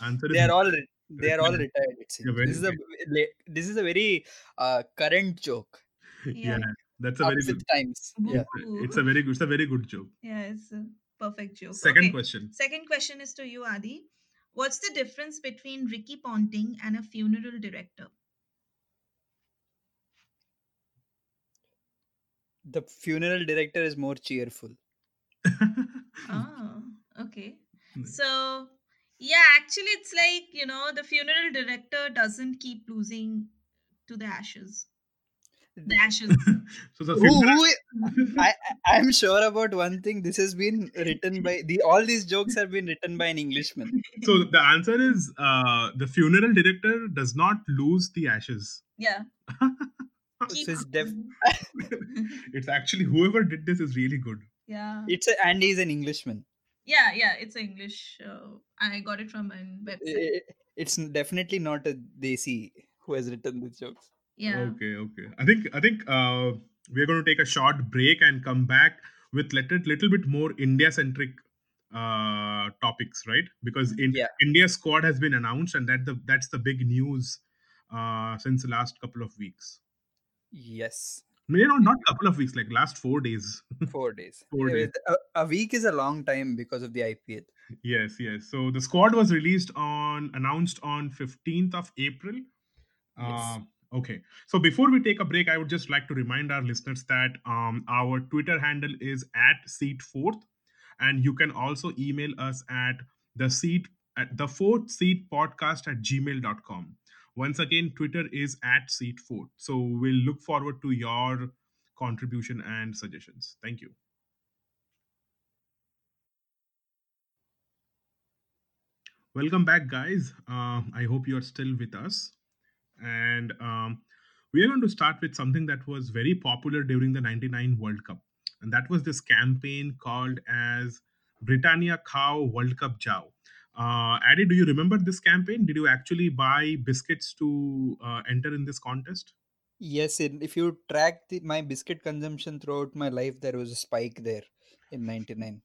Speaker 3: Answer is
Speaker 4: They are all re- They are all retired. It seems.
Speaker 3: very
Speaker 4: This is a la- this is a very uh, current joke.
Speaker 3: yeah,
Speaker 5: Yeah.
Speaker 3: that's a very
Speaker 4: Opposite
Speaker 3: good.
Speaker 4: times.
Speaker 5: Mm-hmm.
Speaker 4: Yeah.
Speaker 5: Woohoo.
Speaker 3: It's a very good. It's a very good joke.
Speaker 5: yeah, it's a perfect joke.
Speaker 3: Second
Speaker 5: Okay.
Speaker 3: question.
Speaker 5: Second question is to you, Adi. What's the difference between Ricky Ponting and a funeral director?
Speaker 4: The funeral director is more cheerful.
Speaker 5: Oh,
Speaker 4: [LAUGHS]
Speaker 5: okay.
Speaker 4: Hmm.
Speaker 3: Mm.
Speaker 5: So, yeah, actually, it's like, you know, the funeral director doesn't keep losing to the ashes. The
Speaker 4: [LAUGHS]
Speaker 5: ashes.
Speaker 3: [LAUGHS] so the
Speaker 4: Who,
Speaker 3: funeral,
Speaker 4: who I, I am sure about one thing. This has been written by the all these jokes have been written by an Englishman.
Speaker 3: so the answer is uh, the funeral director does not lose the ashes.
Speaker 5: yeah.
Speaker 4: This
Speaker 5: keep [LAUGHS]
Speaker 4: is def-
Speaker 5: losing.
Speaker 3: It's actually whoever did this is really good.
Speaker 5: yeah.
Speaker 4: It's a, and he's an Englishman.
Speaker 5: Yeah, yeah, it's English. Uh, I got it from an website.
Speaker 4: I- It's definitely not a desi who has written these jokes.
Speaker 5: Yeah.
Speaker 4: Oh,
Speaker 3: Okay, okay. I think I think uh, we're going to take a short break and come back with little little bit more India centric uh topics right because in
Speaker 4: Yeah.
Speaker 3: india squad has been announced and that the that's the big news uh since the last couple of weeks [LAUGHS]
Speaker 4: Yes,
Speaker 3: you know not couple of weeks like last four days
Speaker 4: four days.
Speaker 3: Four
Speaker 4: Yeah,
Speaker 3: days.
Speaker 4: A, a week is a long time because of the IPL.
Speaker 3: yes yes so the squad was released on announced on 15th of april
Speaker 4: Yes.
Speaker 3: Um, okay. So before we take a break, I would just like to remind our listeners that um, our Twitter handle is at seat fourth, and you can also email us at the seat at the fourth seat podcast at gmail.com. Once again, Twitter is at seat fourth. So we'll look forward to your contribution and suggestions. Thank you. Welcome back, guys. Uh, I hope you are still with us and um, we are going to start with something that was very popular during the 99 world cup and that was this campaign called as britannia khao world cup jao uh, Addy, do you remember this campaign? Did you actually buy biscuits to uh, enter in this contest?
Speaker 4: Yes, in, if you track the, my biscuit consumption throughout my life, there was a spike there in '99.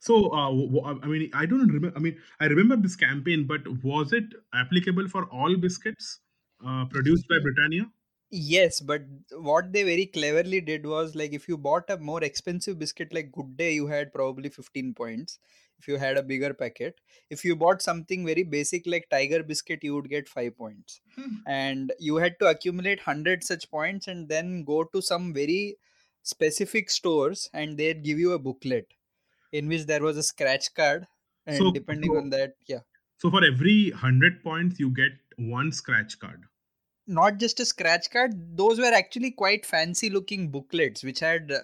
Speaker 3: So, uh, w- w- I mean, I don't remember. I mean, I remember this campaign, but was it applicable for all biscuits uh, produced by Britannia?
Speaker 4: Yes, but what they very cleverly did was like if you bought a more expensive biscuit like Good Day, you had probably 15 points. If you had a bigger packet, if you bought something very basic like Tiger biscuit, you would get 5 points. And you had to accumulate 100 such points and then go to some very specific stores and they'd give you a booklet in which there was a scratch card. And
Speaker 3: So-
Speaker 4: depending
Speaker 3: so-
Speaker 4: on that, yeah.
Speaker 3: So, for every 100 points, you get one scratch card.
Speaker 4: not just a scratch card those were actually quite fancy looking booklets which had uh,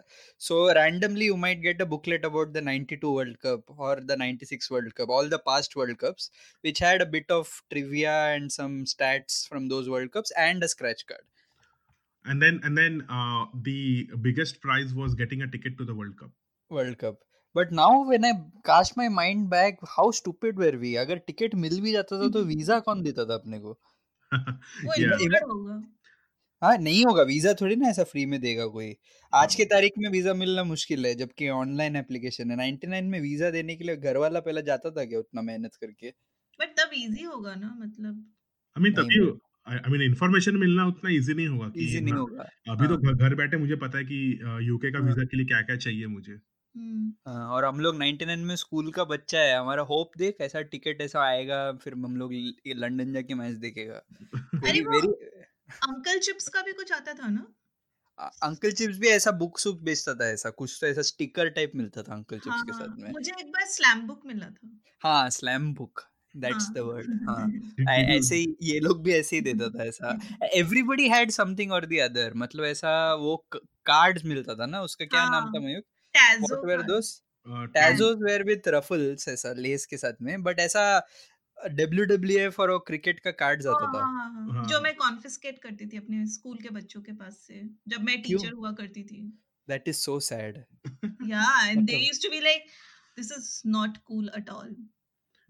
Speaker 4: so randomly you might get a booklet about the 92 world cup or the 96 world cup all the past world cups which had a bit of trivia and some stats from those world cups and a scratch card
Speaker 3: and then and then uh, the biggest prize was getting a ticket to the world cup
Speaker 4: world cup but now when i cast my mind back how stupid were we अगर ticket मिल भी जाता था तो visa कौन देता था अपने को
Speaker 5: वो
Speaker 3: Yeah.
Speaker 5: included होगा
Speaker 4: हाँ नहीं होगा वीजा थोड़ी ना ऐसा फ्री में देगा कोई आज के तारीख में वीजा मिलना मुश्किल है जबकि ऑनलाइन एप्लीकेशन है 99 में वीजा देने के लिए घर वाला पहले जाता था क्या उतना मेहनत करके
Speaker 5: बट तब इजी होगा ना मतलब
Speaker 3: i mean
Speaker 4: नहीं
Speaker 3: तभी I I mean इन्फॉर्मेशन मिलना उतना इजी नहीं होगा कि
Speaker 4: [LAUGHS] इजी नहीं
Speaker 3: हाँ,
Speaker 4: होगा
Speaker 3: अभी तो
Speaker 4: हाँ।
Speaker 3: घर घर बैठे मुझे पता है कि यूके का
Speaker 4: हाँ।
Speaker 3: वीजा के लिए क्या क्या चाहिए मुझे
Speaker 5: हम्म,
Speaker 4: हाँ, और हम लोग 99 में स्कूल का बच्चा है हमारा होप देख ऐसा टिकट ऐसा आएगा फिर हम लोग ल- ये लंदन जाके मैच [LAUGHS] देखेगा वेरी
Speaker 5: वो-
Speaker 4: वेरी
Speaker 5: अंकल चिप्स का भी कुछ आता था ना
Speaker 4: अंकल चिप्स भी ऐसा बुक सुप बेचता था ऐसा कुछ तो ऐसा स्टिकर टाइप मिलता था अंकल चिप्स के
Speaker 5: हाँ,
Speaker 4: साथ में
Speaker 5: मुझे एक बार स्लैम बुक मिला था
Speaker 4: हाँ slam book that's the word हाँ
Speaker 5: [LAUGHS]
Speaker 4: [LAUGHS]
Speaker 3: Did-
Speaker 4: ऐ-
Speaker 3: did you-
Speaker 4: ऐसे ही ये लोग भी ऐसे ही देता था ऐसा एवरीबडी हैड समथिंग और द अदर मतलब ऐसा वो कार्ड्स मिलता था ना उसका क्या नाम था
Speaker 5: हाँ,
Speaker 4: मयूर
Speaker 5: टैजो
Speaker 4: व्हाट वेयर
Speaker 5: का।
Speaker 4: Those
Speaker 3: uh,
Speaker 5: Tazos.
Speaker 4: टैजोस were with Ruffles ऐसा लेस के साथ में बट ऐसा डब्ल्यूडब्ल्यूएफ और क्रिकेट का कार्ड्स आता
Speaker 5: हाँ,
Speaker 4: था
Speaker 5: हाँ, हाँ,
Speaker 3: हाँ,
Speaker 5: हाँ, जो
Speaker 3: हाँ।
Speaker 5: मैं कॉन्फिस्केट करती थी अपने स्कूल के बच्चों के पास से जब मैं
Speaker 4: क्यों?
Speaker 5: टीचर हुआ करती
Speaker 4: [LAUGHS]
Speaker 5: थी
Speaker 4: दैट इज सो सैड
Speaker 5: या एंड दे
Speaker 4: मतलब-
Speaker 5: used to be like this is not cool at all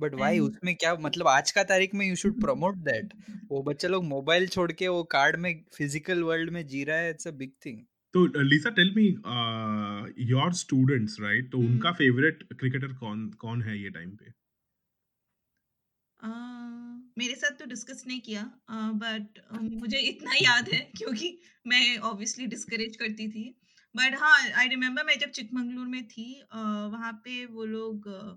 Speaker 4: but why
Speaker 5: And-
Speaker 4: उसमें क्या मतलब आज का तारीख में यू
Speaker 5: [LAUGHS]
Speaker 4: शुड प्रमोट दैट वो बच्चा लोग मोबाइल छोड़ के वो कार्ड में फिजिकल वर्ल्ड में जी रहा है इट्स अ बिग थिंग
Speaker 3: तो Lisa tell me your
Speaker 4: hmm.
Speaker 3: Students right तो उनका फेवरेट क्रिकेटर कौन कौन है ये टाइम पे
Speaker 5: अ, मेरे साथ तो डिस्कस नहीं किया बट मुझे इतना याद है क्योंकि मैं ऑब्वियसली डिस्करेज करती थी बट हाँ आई रिमेम्बर मैं जब चिकमंगलूर में थी अ, वहाँ पे वो लोग अ,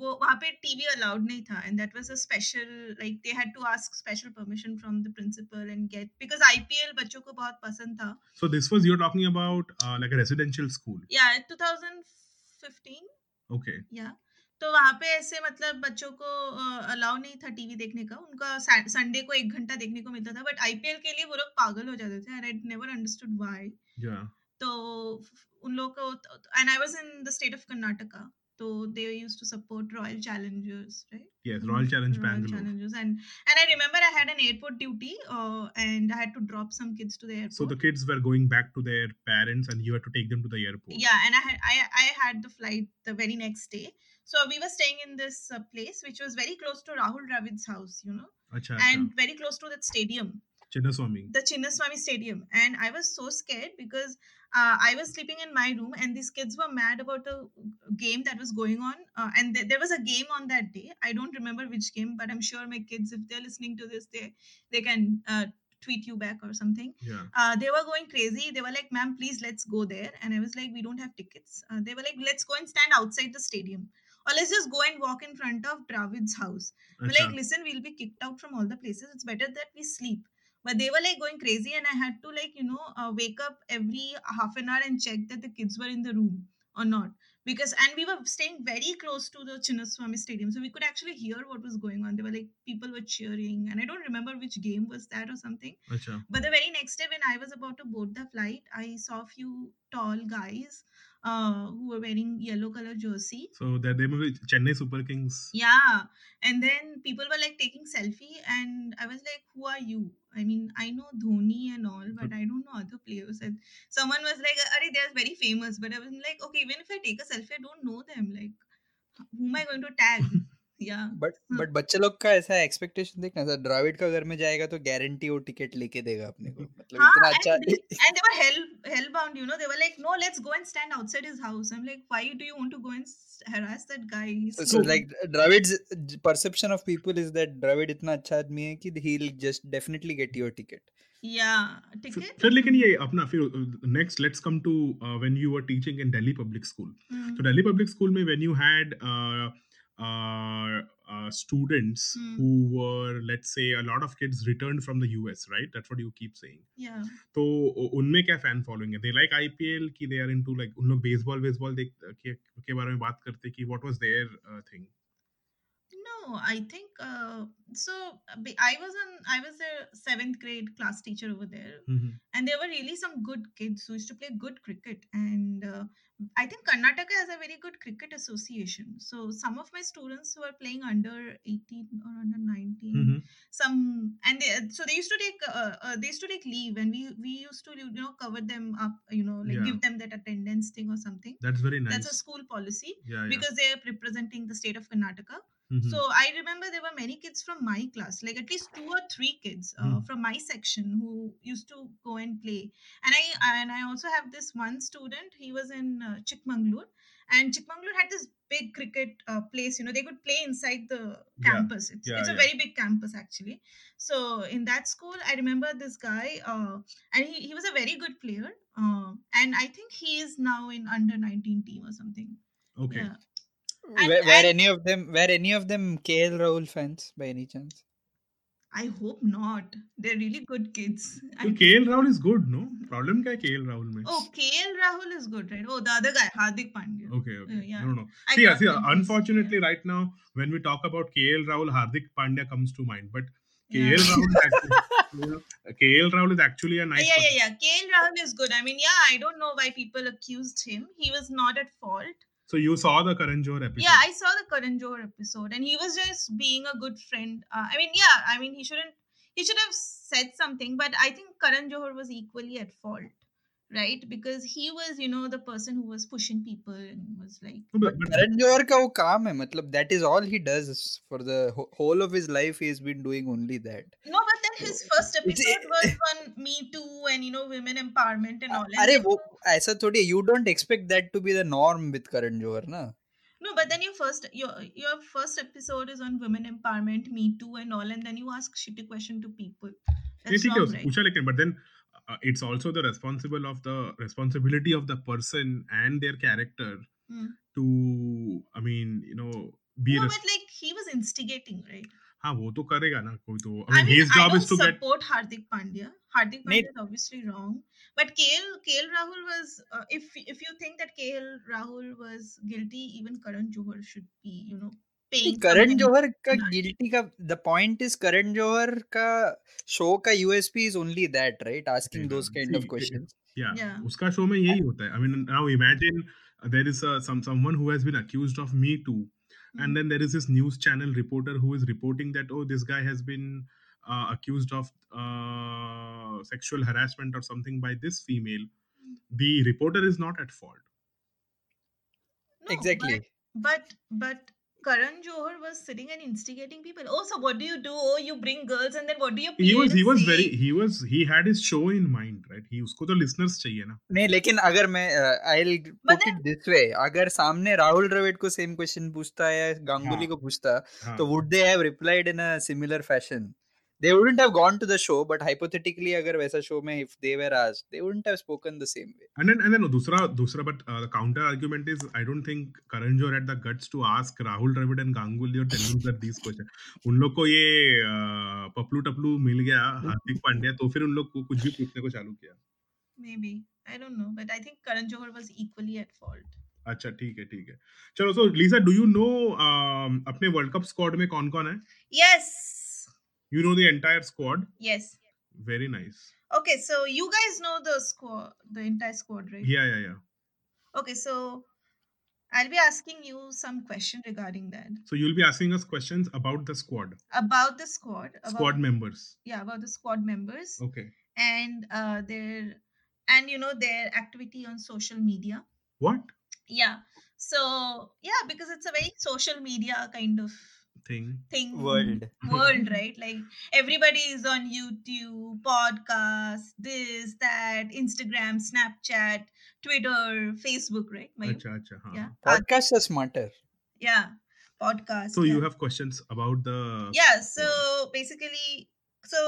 Speaker 5: वो वहाँ पे टीवी अलाउड नहीं था and that was a special like they had to ask special permission from the principal and get because IPL बच्चों को बहुत पसंद था
Speaker 3: So this was you're talking about uh, like a residential school.
Speaker 5: या 2015
Speaker 3: Okay.
Speaker 5: या तो वहाँ पे ऐसे मतलब बच्चों को अलाउ नहीं था टीवी देखने का उनका संडे को एक घंटा देखने को मिलता था बट आईपीएल के लिए वो लोग पागल हो जाते थे and I never understood why
Speaker 3: Yeah.
Speaker 5: तो उन लोग को तो, and I was in the state of Karnataka तो they use to support Royal Challengers right
Speaker 3: Yes. Royal Challenge
Speaker 5: Royal
Speaker 3: Bangalore.
Speaker 5: Challengers and and I remember I had an airport duty uh, and I had to drop some kids to the airport.
Speaker 3: So the kids were going back to their parents, and you had to take them to the airport.
Speaker 5: yeah and i had I, I had the flight the very next day so we were staying in this uh, place which was very close to rahul dravid's house you know
Speaker 3: Acha,
Speaker 5: and very close to that stadium
Speaker 3: Chinnaswamy.
Speaker 5: the chinnaswamy stadium and i was so scared because uh, i was sleeping in my room and these kids were mad about a game that was going on uh, and th- there was a game on that day i don't remember which game but i'm sure my kids if they're listening to this they they can uh, tweet you back or something
Speaker 3: Yeah.
Speaker 5: uh, they were going crazy. They were like, ma'am, please let's go there. And I was like, we don't have tickets. Uh, they were like, let's go and stand outside the stadium. Or let's just go and walk in front of Dravid's house. We're
Speaker 3: Acha.
Speaker 5: like, listen, we'll be kicked out from all the places. It's better that we sleep. But they were like going crazy. And I had to, like, you know, uh, wake up every half an hour and check that the kids were in the room or not. Because, and we were staying very close to the Chinnaswamy Stadium. So we could actually hear what was going on. They were like, people were cheering. And I don't remember which game was that or something.
Speaker 3: Acha.
Speaker 5: But the very next day, when I was about to board the flight, I saw a few tall guys uh, who were wearing yellow color jersey.
Speaker 3: So that they were Chennai Super Kings.
Speaker 5: Yeah, and then people were like taking selfie, and I was like, "Who are you?" I mean, I know Dhoni and all, but I don't know other players. And someone was like, "Arey, they're very famous," but I was like, "Okay, even if I take a selfie, I don't know them. Like, who am I going to tag?" yeah.
Speaker 4: But but बच्चे लोग का ऐसा expectation देखना sir Dravid का घर में जाएगा तो गारंटी वो टिकट लेके देगा अपने
Speaker 5: [LAUGHS]
Speaker 4: को मतलब
Speaker 5: Huh,
Speaker 4: इतना
Speaker 5: हाँ, and
Speaker 4: अच्छा [LAUGHS]
Speaker 5: they- and they were hell hellbound you know they were like no let's go and stand outside his house i'm like why do you want to go and s- harass that guy He's
Speaker 4: So, so
Speaker 5: stupid."
Speaker 4: like Dravid's perception of people is that Dravid इतना अच्छा आदमी है कि he'll just definitely get your ticket.
Speaker 5: yeah
Speaker 3: फिर
Speaker 5: ticket
Speaker 3: फिर लेकिन ये अपना फिर uh, next let's come to when you were teaching in Delhi public school
Speaker 5: Hmm,
Speaker 3: So Delhi Public School, mein when you had uh, uh, uh, students
Speaker 5: Hmm.
Speaker 3: who were, let's say, a lot of kids returned from the US, right? That's what you keep saying.
Speaker 5: yeah
Speaker 3: तो उ- उनमें क्या fan following है? They like IPL, कि they are into like उन लोग baseball, baseball देख के, के बारे में बात करते कि what was their uh, thing?
Speaker 5: no i think uh, so uh, be- i was on i was a seventh grade class teacher over there
Speaker 3: hmm,
Speaker 5: and there were really some good kids who used to play good cricket and uh, i think karnataka has a very good cricket association so some of my students were playing under 18 or under 19
Speaker 3: Mhm.
Speaker 5: some and they, so they used to take uh, uh, they used to take leave and we we used to you know cover them up you know like
Speaker 3: Yeah.
Speaker 5: give them that attendance thing or something
Speaker 3: That's very nice.
Speaker 5: that's a school policy
Speaker 3: yeah, yeah.
Speaker 5: because they are representing the state of karnataka
Speaker 3: Mhm.
Speaker 5: so I remember there were many kids from my class, like at least two or three kids uh,
Speaker 3: Mm.
Speaker 5: from my section who used to go and play. And I and I also have this one student. He was in uh, Chikmagalur, and Chikmagalur had this big cricket uh, place. You know, they could play inside the
Speaker 3: Yeah.
Speaker 5: campus. It's,
Speaker 3: Yeah,
Speaker 5: it's a
Speaker 3: yeah.
Speaker 5: very big campus actually. So in that school, I remember this guy, uh, and he he was a very good player. Uh, and I think he is now in under nineteen team or something.
Speaker 3: okay.
Speaker 5: Yeah. And-
Speaker 4: Were, were
Speaker 5: and-
Speaker 4: any of them were any of them KL Rahul fans by any chance?
Speaker 5: I hope not. They're really good kids.
Speaker 3: तो
Speaker 5: I-
Speaker 3: KL Rahul is good, no? Problem क्या है KL Rahul में?
Speaker 5: oh, KL Rahul is good, right? Oh, the other guy, Hardik Pandya.
Speaker 3: Okay, okay.
Speaker 5: Uh, yeah.
Speaker 3: No, no.
Speaker 5: I
Speaker 3: See,
Speaker 5: got
Speaker 3: see,
Speaker 5: confused,
Speaker 3: unfortunately, right now, when we talk about KL Rahul, Hardik Pandya comes to mind. But
Speaker 5: Yeah.
Speaker 3: KL Rahul,
Speaker 5: [LAUGHS]
Speaker 3: is actually, you know, KL Rahul is actually a
Speaker 5: Yeah,
Speaker 3: nice.
Speaker 5: yeah, yeah,
Speaker 3: person.
Speaker 5: yeah. KL Rahul is good. I mean, yeah, I don't know why people accused him. He was not at fault.
Speaker 3: So you saw the Karan Johar episode.
Speaker 5: Yeah, I saw the Karan Johar episode, and he was just being a good friend. Uh, I mean, yeah, I mean, he shouldn't. He should have said something, but I think Karan Johar was equally at fault, right? Because he was, you know, the person who was pushing people and was like,
Speaker 3: No, but,
Speaker 4: But
Speaker 3: but
Speaker 4: करण जौहर का वो काम है मतलब that is all he does for the wh- whole of his life he has been doing only that.
Speaker 5: No, but then his first
Speaker 4: It's-
Speaker 5: episode was on Me Too and you know women empowerment and all. And
Speaker 4: अरे
Speaker 5: then-
Speaker 4: वो ऐसा थोड़ी you don't expect that to be the norm with Karan Johar ना
Speaker 5: No, but then your first your your first episode is on women empowerment, Me Too, and all, and then you ask shitty question to people.
Speaker 3: ये
Speaker 5: That's
Speaker 3: ठीक है
Speaker 5: wrong,
Speaker 3: उस-
Speaker 5: right?
Speaker 3: पूछा लेकिन but then uh, it's also the responsible of the responsibility of the person and their character
Speaker 5: Hmm.
Speaker 3: to I mean you know be
Speaker 5: No,
Speaker 3: res-
Speaker 5: but like he was instigating, right?
Speaker 3: हाँ वो तो करेगा ना कोई तो I
Speaker 5: I
Speaker 3: mean,
Speaker 5: mean,
Speaker 3: his
Speaker 5: I
Speaker 3: job
Speaker 5: don't
Speaker 3: is to get
Speaker 5: support Hardik Pandya. Hardik
Speaker 4: Nahi.
Speaker 5: Pandya is obviously wrong, but KL KL Rahul was. Uh, if if you think that KL Rahul was guilty, even Karan Johar should be, you know,
Speaker 4: नहीं,
Speaker 5: paying.
Speaker 4: करण
Speaker 5: something.
Speaker 4: जौहर का
Speaker 5: not.
Speaker 4: Guilty का the point is Karan Johar का show का USP is only that right asking
Speaker 3: Yeah,
Speaker 4: those kind of
Speaker 3: see,
Speaker 4: questions
Speaker 3: yeah
Speaker 5: Yeah.
Speaker 3: उसका show में यही होता है I mean now imagine there is some someone who has been accused of me too
Speaker 5: Hmm.
Speaker 3: and then there is this news channel reporter who is reporting that oh this guy has been uh, accused of uh, sexual harassment or something by this female
Speaker 5: Hmm.
Speaker 3: the reporter is not at fault
Speaker 5: No,
Speaker 4: exactly
Speaker 5: But but Karan Johar was sitting and instigating people. Oh, so what do you do? Oh, you bring girls and then what do you
Speaker 3: he was he was very he was he had his show in mind right he उसको तो listeners चाहिए ना
Speaker 4: नहीं लेकिन अगर मैं I will put it
Speaker 5: then-
Speaker 4: this वे अगर सामने राहुल द्रविड़ को सेम क्वेश्चन पूछता या गांगुली
Speaker 3: हाँ,
Speaker 4: को पूछता
Speaker 3: हाँ,
Speaker 4: तो would they have replied in a similar fashion they wouldn't have gone to the show but hypothetically अगर वैसा show में if they were asked they wouldn't have spoken the same way
Speaker 3: and then and then दूसरा दूसरा but uh, the counter argument is I don't think Karan Johar had the guts to ask Rahul Dravid and Ganguly or Tendulkar these questions उन लोग को ये uh, Paplu टपलू मिल गया हार्दिक पांड्या तो फिर उन लोग को कुछ भी पूछने को चालू किया
Speaker 5: maybe. I don't know. But I think Karan Johar was equally at fault.
Speaker 3: अच्छा ठीक है ठीक है चलो so Lisa do you know um, अपने वर्ल्ड कप स्क्वाड में कौन कौन है
Speaker 5: Yes.
Speaker 3: You know the entire squad
Speaker 5: Yes.
Speaker 3: Very nice
Speaker 5: Okay, so you guys know the squad the entire squad, right?
Speaker 3: या या या
Speaker 5: Okay, so I'll be asking you some question regarding that.
Speaker 3: So you will be asking us questions about the squad
Speaker 5: About the squad. About,
Speaker 3: squad members
Speaker 5: yeah, about the squad members
Speaker 3: okay
Speaker 5: and uh, their and you know their activity on social media.
Speaker 3: What
Speaker 5: yeah so yeah because it's a very social media kind of
Speaker 3: thing
Speaker 5: thing
Speaker 4: world
Speaker 3: [LAUGHS]
Speaker 5: world right like everybody is on youtube podcast this that instagram snapchat twitter facebook right Mayur?
Speaker 3: अच्छा अच्छा हां
Speaker 5: yeah uh,
Speaker 4: podcast are smarter
Speaker 5: yeah podcast
Speaker 3: So
Speaker 5: yeah.
Speaker 3: you have questions about the
Speaker 5: yeah so basically so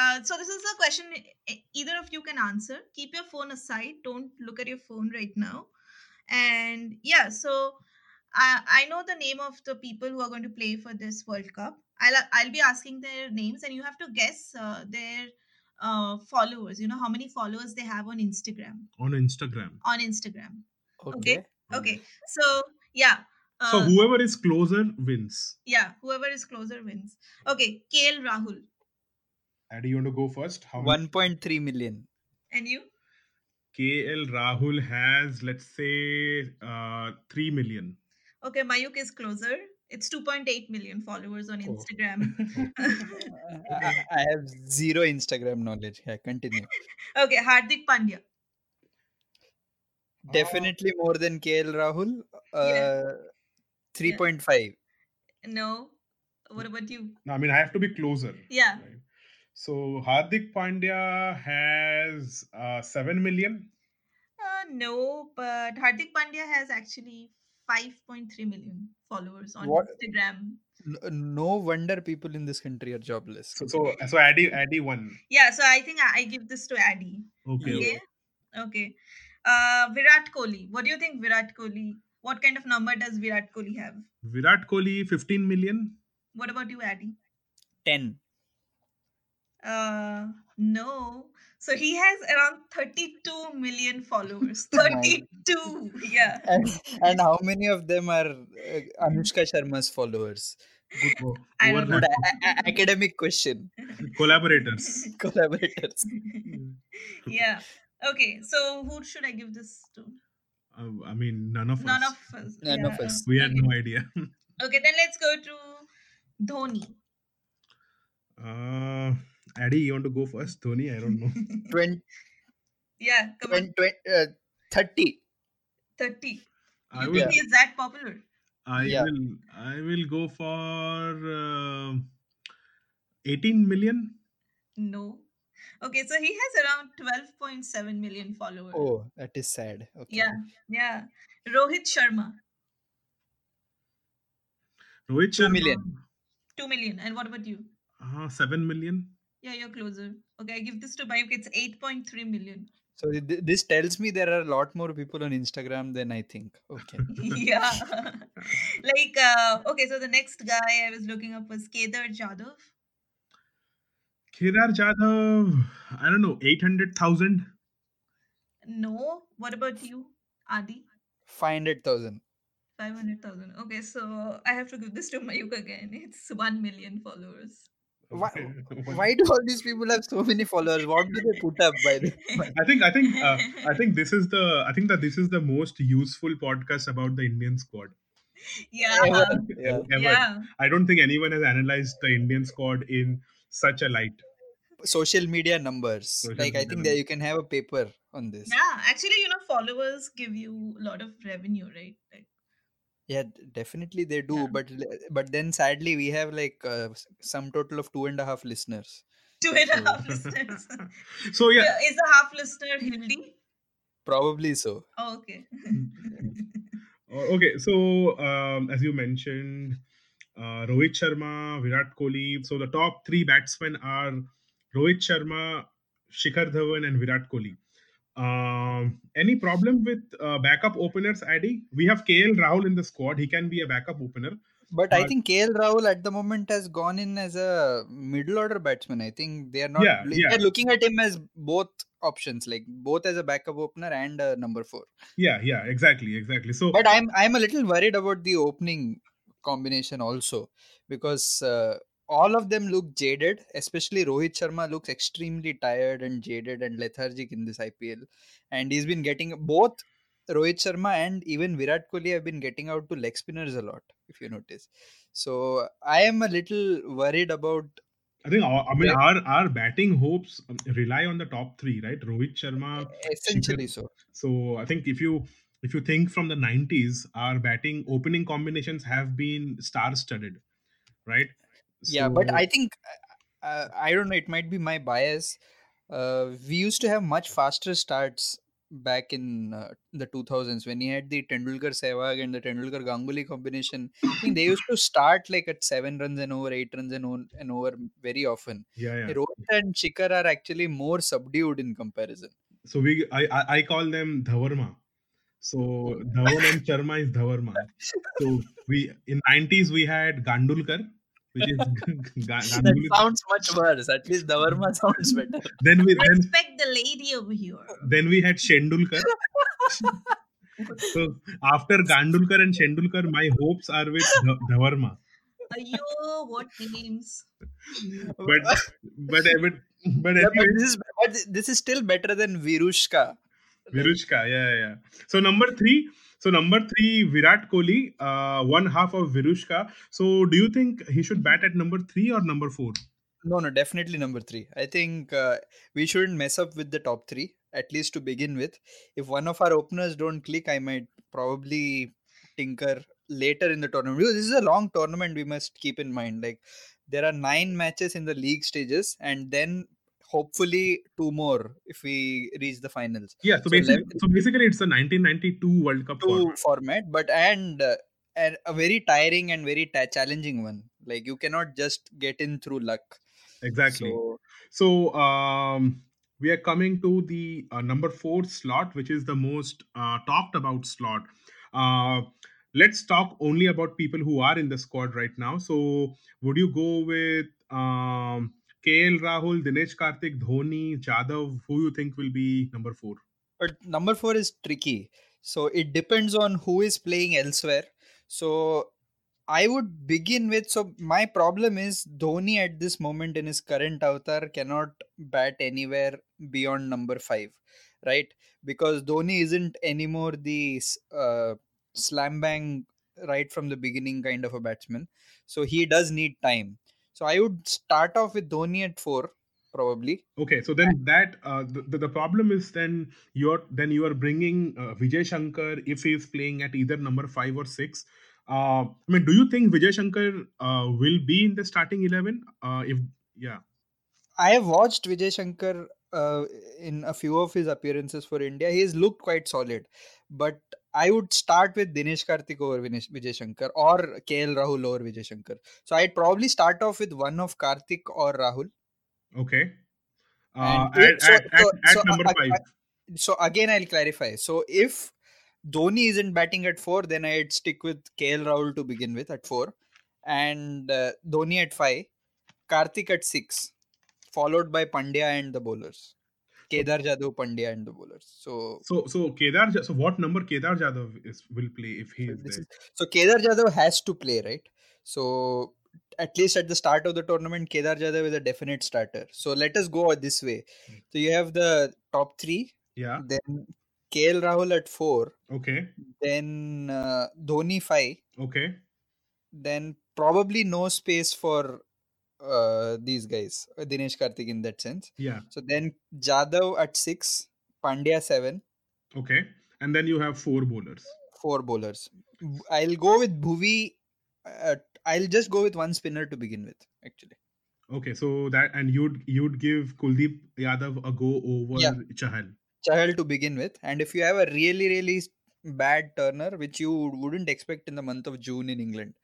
Speaker 5: uh, so this is a question e- either of you can answer keep your phone aside don't look at your phone right now and yeah so i i know the name of the people who are going to play for this world cup i'll i'll be asking their names and you have to guess uh, their uh, followers you know how many followers they have on instagram
Speaker 3: on Instagram.
Speaker 5: on instagram
Speaker 4: okay
Speaker 5: okay so yeah uh,
Speaker 3: Mm-hmm. So whoever is closer wins.
Speaker 5: yeah whoever is closer wins okay kl rahul
Speaker 3: Addy, you want to go first? How many?
Speaker 4: 1.3 million
Speaker 5: and you
Speaker 3: KL Rahul has let's say uh, three million.
Speaker 5: Okay, Mayuk is closer. It's 2.8 million followers on
Speaker 3: Oh.
Speaker 5: Instagram. [LAUGHS]
Speaker 4: I, I have zero Instagram knowledge. Yeah, continue.
Speaker 5: okay, Hardik Pandya.
Speaker 3: Uh,
Speaker 4: Definitely more than KL Rahul.
Speaker 5: Yeah.
Speaker 4: Uh, 3.5.
Speaker 5: No. What about you?
Speaker 3: No, I mean I have to be closer.
Speaker 5: Yeah.
Speaker 3: Right? So Hardik Pandya has uh, seven million.
Speaker 5: Uh, no, but Hardik Pandya has actually 5.3 million followers on
Speaker 4: What-
Speaker 5: Instagram.
Speaker 4: N- No wonder people in this country are jobless.
Speaker 3: So so so Addy Addy one.
Speaker 5: Yeah, so I think I, I give this to Addy.
Speaker 3: Okay.
Speaker 5: Okay. Okay. Uh, Virat Kohli. What do you think, Virat Kohli? What kind of number does Virat Kohli have?
Speaker 3: Virat Kohli fifteen million.
Speaker 5: What about you, Addy?
Speaker 4: 10.
Speaker 5: Uh, no. So he has around 32 million followers.
Speaker 4: My-
Speaker 5: 32. Yeah.
Speaker 4: And, and how many of them are uh, Anushka Sharma's followers? Good,
Speaker 3: Oh,
Speaker 5: I don't
Speaker 4: good
Speaker 3: overlap.
Speaker 4: a- a- academic question. [LAUGHS]
Speaker 3: Collaborators.
Speaker 4: Collaborators.
Speaker 5: [LAUGHS] yeah. Okay. So who should I give this to?
Speaker 3: Uh, I mean none of
Speaker 5: None
Speaker 3: us.
Speaker 5: of us.
Speaker 4: None
Speaker 5: yeah.
Speaker 4: of us.
Speaker 3: We had
Speaker 5: okay. [LAUGHS]
Speaker 3: no idea. [LAUGHS]
Speaker 5: Okay. Then let's go to Dhoni. [LAUGHS]
Speaker 3: Uh, Addy, you want to go first? Dhoni, I don't
Speaker 5: [LAUGHS]
Speaker 3: know.
Speaker 4: 20,
Speaker 5: yeah. Come on.
Speaker 4: 20, uh, 30.
Speaker 5: 30.
Speaker 3: I
Speaker 5: you
Speaker 3: will.
Speaker 5: think he is that popular?
Speaker 3: I
Speaker 4: Yeah.
Speaker 3: will. I will go for uh, eighteen million.
Speaker 5: No. Okay. So he has around 12.7 million followers.
Speaker 4: Oh, that is sad. Okay.
Speaker 5: Yeah. Yeah. Rohit Sharma.
Speaker 3: Rohit
Speaker 4: Two
Speaker 3: Sharma,
Speaker 4: million.
Speaker 5: Two million. And what about you?
Speaker 3: Uh, 7 million.
Speaker 5: Yeah, you're closer. Okay, I give this to Bayuk. It's 8.3
Speaker 3: [LAUGHS]
Speaker 5: million.
Speaker 4: So th- th- this tells me there are a lot more people on Instagram than I think. [LAUGHS] Okay.
Speaker 5: yeah. [LAUGHS] like, uh, okay, so the next guy I was looking up was Kedar Jadhav.
Speaker 3: Kedar Jadhav, I don't know, 800,000?
Speaker 5: No. What about you, Adi?
Speaker 4: 500,000.
Speaker 5: 500,000. Okay, so I have to give this to Mayuk again. It's 1 million
Speaker 3: [LAUGHS]
Speaker 5: followers.
Speaker 4: Why,
Speaker 3: Okay.
Speaker 4: why do all these people have so many followers? What do they put up by the
Speaker 3: I think I think
Speaker 5: [LAUGHS]
Speaker 3: uh, I think this is the I think that this is the most useful podcast about the Indian squad
Speaker 5: [LAUGHS] yeah.
Speaker 4: ever? Yeah.
Speaker 3: [LAUGHS] ever.
Speaker 5: Yeah.
Speaker 3: I don't think anyone has analyzed the Indian squad in such a light.
Speaker 4: Social media numbers.
Speaker 3: Social
Speaker 4: like I
Speaker 3: media
Speaker 4: think that you can have a paper on this.
Speaker 5: Yeah. Actually, you know, followers give you a lot of revenue, right? Like,
Speaker 4: Yeah, d- definitely they do.
Speaker 5: Yeah.
Speaker 4: But l- but then sadly we have like uh, s- some total of two and a half listeners.
Speaker 5: two and a half listeners.
Speaker 3: so [LAUGHS] yeah,
Speaker 5: Is the half listener Hindi?
Speaker 4: Probably so.
Speaker 5: Oh, okay.
Speaker 3: Mm, o- okay. So um, as you mentioned, uh, Rohit Sharma, Virat Kohli. So the top three batsmen are Rohit Sharma, Shikhar Dhawan, and Virat Kohli. Um, any problem with uh, backup openers, Addy? We have KL Rahul in the squad. He can be a backup opener.
Speaker 4: But I
Speaker 3: But-
Speaker 4: think KL Rahul at the moment has gone in as a middle order batsman. I think they are not
Speaker 3: Yeah,
Speaker 4: li-
Speaker 3: yeah.
Speaker 4: they're looking at him as both options, like both as a backup opener and a number four.
Speaker 3: Yeah, yeah, exactly, exactly. So
Speaker 4: But I'm I'm a little worried about the opening combination also because uh, all of them look jaded. Especially Rohit Sharma looks extremely tired and jaded and lethargic in this IPL, and he's been getting both Rohit Sharma and even Virat Kohli have been getting out to leg spinners a lot. If you notice, so I am a little worried about
Speaker 3: I think our, I mean
Speaker 4: Yeah.
Speaker 3: our our batting hopes um, rely on the top three, right? Rohit Sharma.
Speaker 4: essentially so.
Speaker 3: So I think if you if you think from the nineties, our batting opening combinations have been star studded, right?
Speaker 4: yeah but
Speaker 3: So-
Speaker 4: i think uh, i don't know it might be my bias uh, we used to have much faster starts back in uh, the 2000s when he had the tendulkar sehwag and the tendulkar ganguly combination i think they used to start like at 7 runs and over 8 runs and, on, and over very often
Speaker 3: yeah, yeah.
Speaker 4: rohit and shikhar are actually more subdued in comparison
Speaker 3: So we I I, I call them Dhavarma.
Speaker 4: [LAUGHS]
Speaker 3: So Dhawan and Sharma is Dhavarma. So we in nineties we had Gandulkar, which
Speaker 4: [LAUGHS]
Speaker 3: is Ga-
Speaker 4: that
Speaker 3: Ganguly.
Speaker 4: sounds much worse at least davarma [LAUGHS] sounds better
Speaker 3: Then we then
Speaker 5: Respect the lady over here.
Speaker 3: then we had
Speaker 4: [LAUGHS]
Speaker 3: Shendulkar. so after Gandulkar and Shendulkar, my hopes are with Dha- Dhavarma.
Speaker 5: Ayo, what names?
Speaker 3: But but but, but
Speaker 4: [LAUGHS] Yeah, but
Speaker 3: anyway,
Speaker 4: this is but this is still better than virushka
Speaker 3: Virushka, yeah, yeah, yeah. So number three, so number three, Virat Kohli, uh, one half of Virushka. So do you think he should bat at number three or number four?
Speaker 4: No, no, definitely number three. I think uh, we shouldn't mess up with the top three, at least to begin with. If one of our openers don't click, I might probably tinker later in the tournament. Because this is a long tournament, we must keep in mind. Like there are nine matches in the league stages, and then hopefully two more if we reach the finals.
Speaker 3: Yeah. So
Speaker 4: So
Speaker 3: basically,
Speaker 4: eleven-
Speaker 3: so basically, it's the 1992 World Cup
Speaker 4: Two
Speaker 3: format.
Speaker 4: format, but and. Uh, and a very tiring and very ta- challenging one. Like you cannot just get in through luck.
Speaker 3: Exactly.
Speaker 4: So
Speaker 3: So um, we are coming to the uh, number four slot, which is the most uh, talked about slot. Uh, let's talk only about people who are in the squad right now. So would you go with um, KL Rahul, Dinesh Karthik, Dhoni, Jadhav? Who you think will be number four?
Speaker 4: but number four is tricky so it depends on who is playing elsewhere so i would begin with so my problem is dhoni at this moment in his current avatar cannot bat anywhere beyond number five right because dhoni isn't anymore the s- uh, slam bang right from the beginning kind of a batsman so he does need time so i would start off with dhoni at four probably
Speaker 3: Okay, so then that uh, the, the problem is then you're then you are bringing uh, Vijay Shankar if he's playing at either number five or six. Uh, I mean, do you think Vijay Shankar uh, will be in the starting eleven? Uh, if yeah,
Speaker 4: I have watched Vijay Shankar uh, in a few of his appearances for India. He's looked quite solid, but I would start with Dinesh Karthik over Vinesh, Vijay Shankar or KL Rahul over Vijay Shankar. So I'd probably start off with one of Karthik or Rahul.
Speaker 3: Okay. Uh,
Speaker 4: And
Speaker 3: at,
Speaker 4: if- so-
Speaker 3: at, at,
Speaker 4: so-
Speaker 3: at
Speaker 4: so,
Speaker 3: number
Speaker 4: uh, uh,
Speaker 3: five.
Speaker 4: So again, I'll clarify. So if Dhoni isn't batting at four, then I'd stick with KL Rahul to begin with at four, and uh, Dhoni at five, Karthik at six, followed by Pandya and the bowlers. Kedar Jadhav, Pandya, and the bowlers. So
Speaker 3: So so Kedar. Ja- So what number Kedar Jadhav is will play if he is
Speaker 4: this
Speaker 3: there?
Speaker 4: is, so Kedar Jadhav has to play, right? So at least at the start of the tournament, Kedar Jadhav is a definite starter. So let us go this way. So you have the top three,
Speaker 3: Yeah.
Speaker 4: then KL Rahul at four,
Speaker 3: Okay.
Speaker 4: then uh, Dhoni five,
Speaker 3: Okay.
Speaker 4: then probably no space for uh, these guys, uh, Dinesh Karthik in that sense.
Speaker 3: Yeah.
Speaker 4: So then Jadhav at six, Pandya seven,
Speaker 3: Okay. And then you have four bowlers.
Speaker 4: four bowlers. B- I'll go with Bhuvi. Uh, I'll just go with one spinner to begin with, actually.
Speaker 3: Okay. So that and you'd you'd give Kuldeep Yadav a go over
Speaker 4: Yeah.
Speaker 3: Chahal.
Speaker 4: Chahal to begin with. And if you have a really, really s- bad turner, which you wouldn't expect in the month of June in England,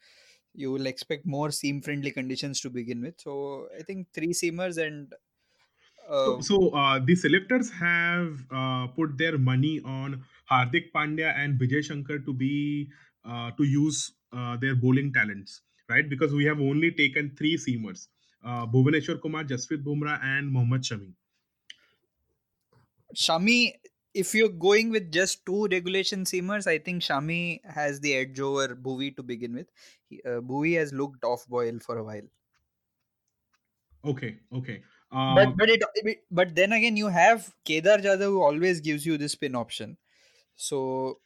Speaker 4: you will expect more seam friendly conditions to begin with. So I think three seamers and.
Speaker 3: So,
Speaker 4: Uh,
Speaker 3: so uh, the selectors have uh, put their money on Hardik Pandya and Vijay Shankar to be uh, to use uh, their bowling talents, right? Because we have only taken three seamers: uh, Bhuvaneshwar Kumar, Jasprit Bumrah, and Mohammad Shami.
Speaker 4: Shami, if you're going with just two regulation seamers, I think Shami has the edge over Bhuvi to begin with. He- Uh, Bhuvi has looked off boil for a while.
Speaker 3: Okay, okay. Uh,
Speaker 4: but but it it- but then again you have Kedar Jadhav who always gives you the spin option. So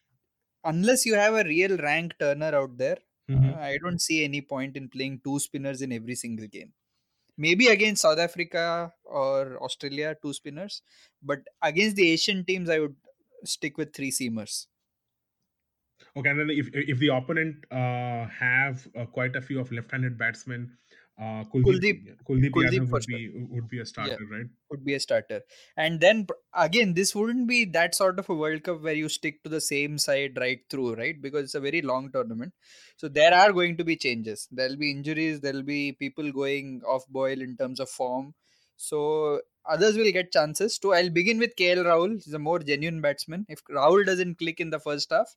Speaker 4: unless you have a real rank turner out there,
Speaker 3: mhm.
Speaker 4: uh, I don't see any point in playing two spinners in every single game. Maybe against South Africa or Australia, two spinners, but against the Asian teams, I would stick with three seamers.
Speaker 3: Okay, and then if if the opponent uh, have uh, quite a few of left-handed batsmen, uh, Kuldeep
Speaker 4: Kuldeep-
Speaker 3: Kuldeep,
Speaker 4: Kuldeep
Speaker 3: Yadav
Speaker 4: for
Speaker 3: would be would be a starter, right?
Speaker 4: Would be a starter, and then pr- again, this wouldn't be that sort of a World Cup where you stick to the same side right through, right? Because it's a very long tournament. So there are going to be changes. There'll be injuries. There'll be people going off boil in terms of form. So others will get chances too. I'll begin with KL Rahul. He's a more genuine batsman. If Rahul doesn't click in the first half,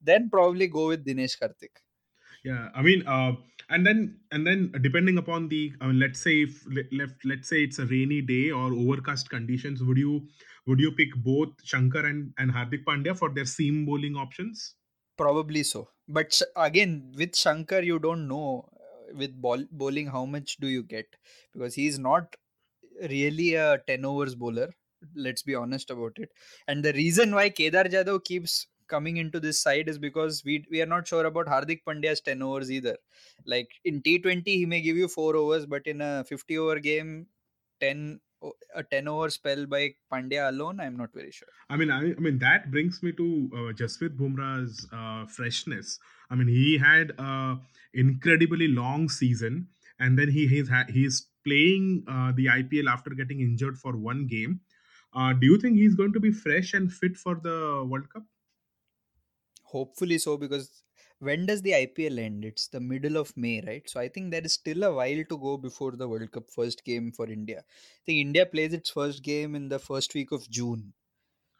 Speaker 4: then probably go with Dinesh Karthik.
Speaker 3: Yeah, I mean, uh, and then and then depending upon the, I mean, let's say if le- left, let's say it's a rainy day or overcast conditions, would you would you pick both Shankar and and Hardik Pandya for their seam bowling options?
Speaker 4: Probably so. But sh- again, with Shankar, you don't know uh, with ball- bowling how much do you get because he's not really a 10 overs bowler. Let's be honest about it. And the reason why Kedar Jadhav keeps coming into this side is because we we are not sure about Hardik Pandya's 10 overs either. Like in T20, he may give you 4 overs, but in a 50 over game, 10 o- a 10 over spell by Pandya alone, I'm not very sure.
Speaker 3: I mean, I, I mean that brings me to uh, Jasprit Bumrah's uh, freshness. I mean, he had a incredibly long season, and then he he's ha- he's playing uh, the IPL after getting injured for one game. Uh, do you think he's going to be fresh and fit for the World Cup?
Speaker 4: Hopefully so, because when does the IPL end? It's the middle of May, right? So I think there is still a while to go before the World Cup first game for India. I think India plays its first game in the first week of June.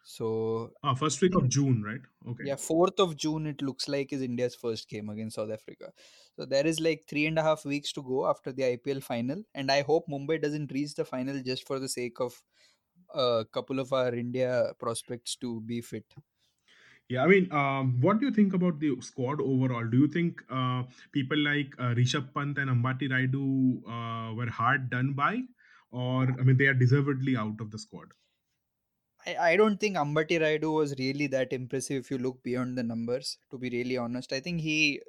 Speaker 4: So
Speaker 3: Uh, first week of
Speaker 4: think-
Speaker 3: June, right? Okay.
Speaker 4: yeah, fourth of June it looks like is India's first game against South Africa. So there is like three and a half weeks to go after the IPL final, and I hope Mumbai doesn't reach the final just for the sake of a couple of our India prospects to be fit.
Speaker 3: Yeah, I mean, um, what do you think about the squad overall? Do you think uh, people like uh, Rishabh Pant and Ambati Raidu uh, were hard done by, or I mean, they are deservedly out of the squad?
Speaker 4: I, I don't think Ambati Raidu was really that impressive if you look beyond the numbers, to be really honest. I think he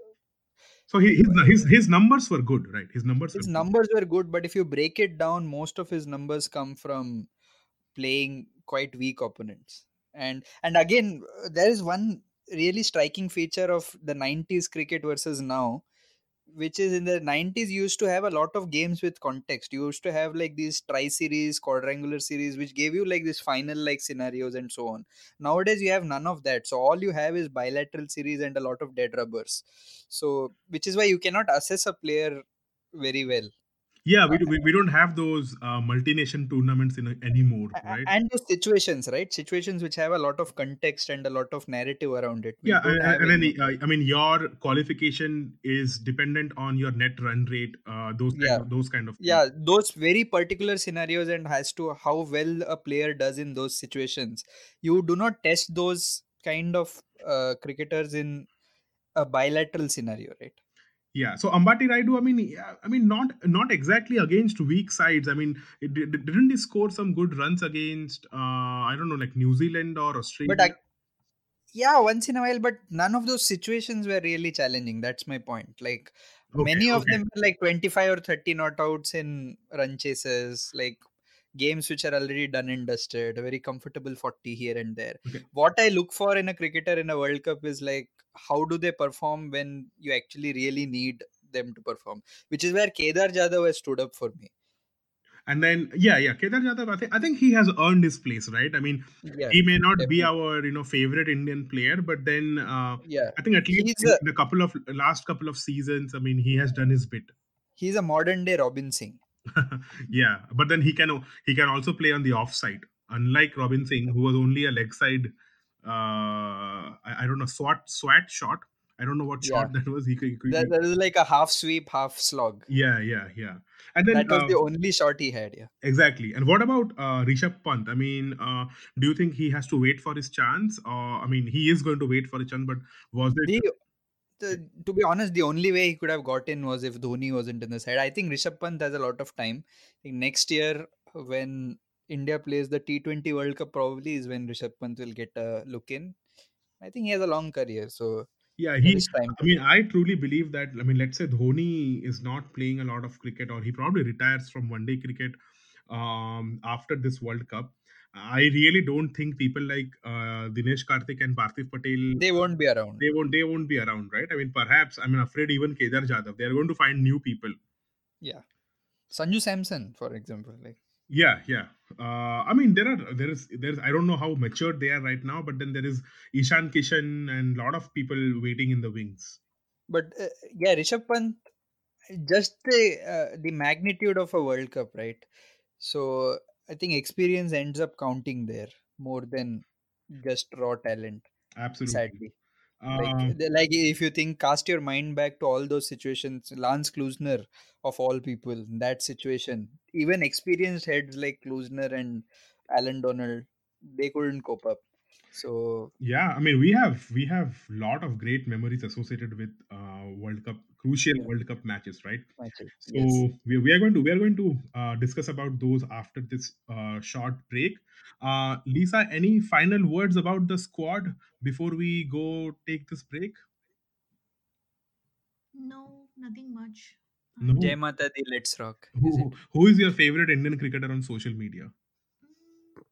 Speaker 3: So he, his, his his numbers were good, right? His numbers were
Speaker 4: his
Speaker 3: good.
Speaker 4: numbers were good, but if you break it down, most of his numbers come from playing quite weak opponents. And and again, uh, there is one really striking feature of the 90s cricket versus now, which is in the 90s used to have a lot of games with context you used to have like these tri series quadrangular series which gave you like this final like scenarios and so on nowadays you have none of that so all you have is bilateral series and a lot of dead rubbers so which is why you cannot assess a player very well
Speaker 3: yeah we, do, we, we don't have those uh, multi-nation tournaments in, anymore
Speaker 4: A-
Speaker 3: right
Speaker 4: a- and those situations right situations which have a lot of context and a lot of narrative around it We
Speaker 3: yeah
Speaker 4: don't
Speaker 3: and,
Speaker 4: have
Speaker 3: and
Speaker 4: any
Speaker 3: then
Speaker 4: of
Speaker 3: uh, i mean your qualification is dependent on your net run rate uh, those
Speaker 4: yeah
Speaker 3: kind of, those kind of things
Speaker 4: yeah those very particular scenarios and has to how well a player does in those situations you do not test those kind of uh, cricketers in a bilateral scenario right
Speaker 3: Yeah, so Ambati Raidu, I mean, yeah, I mean, not not exactly against weak sides. I mean, it, did didn't he score some good runs against, uh, I don't know, like New Zealand or
Speaker 4: but
Speaker 3: Australia?
Speaker 4: I, yeah once in a while but none of those situations were really challenging that's my point like
Speaker 3: Okay,
Speaker 4: many of
Speaker 3: okay,
Speaker 4: them were like 25 or 30 not outs in run chases like games which are already done and dusted a very comfortable 40 here and there
Speaker 3: okay.
Speaker 4: what i look for in a cricketer in a world cup is like how do they perform when you actually really need them to perform which is where kedar jadhav has stood up for me
Speaker 3: And then, yeah, yeah, Kedar Jadhav, I think, I think he has earned his place, right? I mean,
Speaker 4: yeah
Speaker 3: he may not be
Speaker 4: definitely
Speaker 3: our, you know, favorite Indian player, but then uh,
Speaker 4: yeah
Speaker 3: I think at least
Speaker 4: he's
Speaker 3: in
Speaker 4: a
Speaker 3: the couple of last couple of seasons, I mean, he has done his bit.
Speaker 4: he's a modern day robin singh
Speaker 3: yeah, but then he can o- he can also play on the off side, unlike Robin Singh, who was only a leg side. Uh, I, I don't know swat swat shot. I don't know what
Speaker 4: yeah
Speaker 3: shot [LAUGHS] that was. He could, he could-
Speaker 4: That,
Speaker 3: he-
Speaker 4: that was like a half sweep, half slog.
Speaker 3: yeah, yeah, yeah. And then
Speaker 4: That was
Speaker 3: uh,
Speaker 4: the only shot he had. Yeah.
Speaker 3: exactly. And what about uh, Rishabh Pant? I mean, uh, do you think he has to wait for his chance? Or I mean, he is going to wait for a chance, but was it?
Speaker 4: The, the to be honest, the only way he could have got in was if Dhoni wasn't in the side. I think Rishabh Pant has a lot of time. I think next year when India plays the T Twenty World Cup, probably is when Rishabh Pant will get a look in. I think he has a long career, so
Speaker 3: Yeah,
Speaker 4: there
Speaker 3: he.
Speaker 4: is time
Speaker 3: I
Speaker 4: to
Speaker 3: mean,
Speaker 4: wait.
Speaker 3: I truly believe that. I mean, let's say Dhoni is not playing a lot of cricket, or he probably retires from one day cricket um, after this World Cup. I really don't think people like uh, Dinesh Karthik and Parthiv Patel
Speaker 4: They won't be around.
Speaker 3: they won't they won't be around, right? I mean, perhaps I'm afraid even Kedar Jadhav they are going to find new people.
Speaker 4: Yeah. Sanju Samson, for example, like
Speaker 3: Yeah, yeah. Uh, I mean, there are there is there's I don't know how matured they are right now, but then there is Ishan Kishan and lot of people waiting in the wings.
Speaker 4: but uh, yeah, Rishabh Pant just the uh, the magnitude of a World Cup, right? So I think experience ends up counting there more than just raw talent.
Speaker 3: Absolutely.
Speaker 4: Sadly, like
Speaker 3: Uh,
Speaker 4: the- like if you think cast your mind back to all those situations, Lance Klusner of all people in that situation, even experienced heads like Klusner and Alan Donald, they couldn't cope up. So
Speaker 3: Yeah, I mean we have we have lot of great memories associated with uh, World Cup crucial
Speaker 4: yeah,
Speaker 3: World Cup matches, right?
Speaker 4: matches, yes,
Speaker 3: So we, we are going to we are going to uh, discuss about those after this uh, short break. Uh, Lisa, any final words about the squad before we go take this break?
Speaker 5: No, nothing much. I
Speaker 4: Jai
Speaker 3: No.
Speaker 5: think.
Speaker 4: Mata Di, let's rock. Is
Speaker 3: Who
Speaker 4: it?
Speaker 3: who is your favorite Indian cricketer on social media?
Speaker 5: Mm,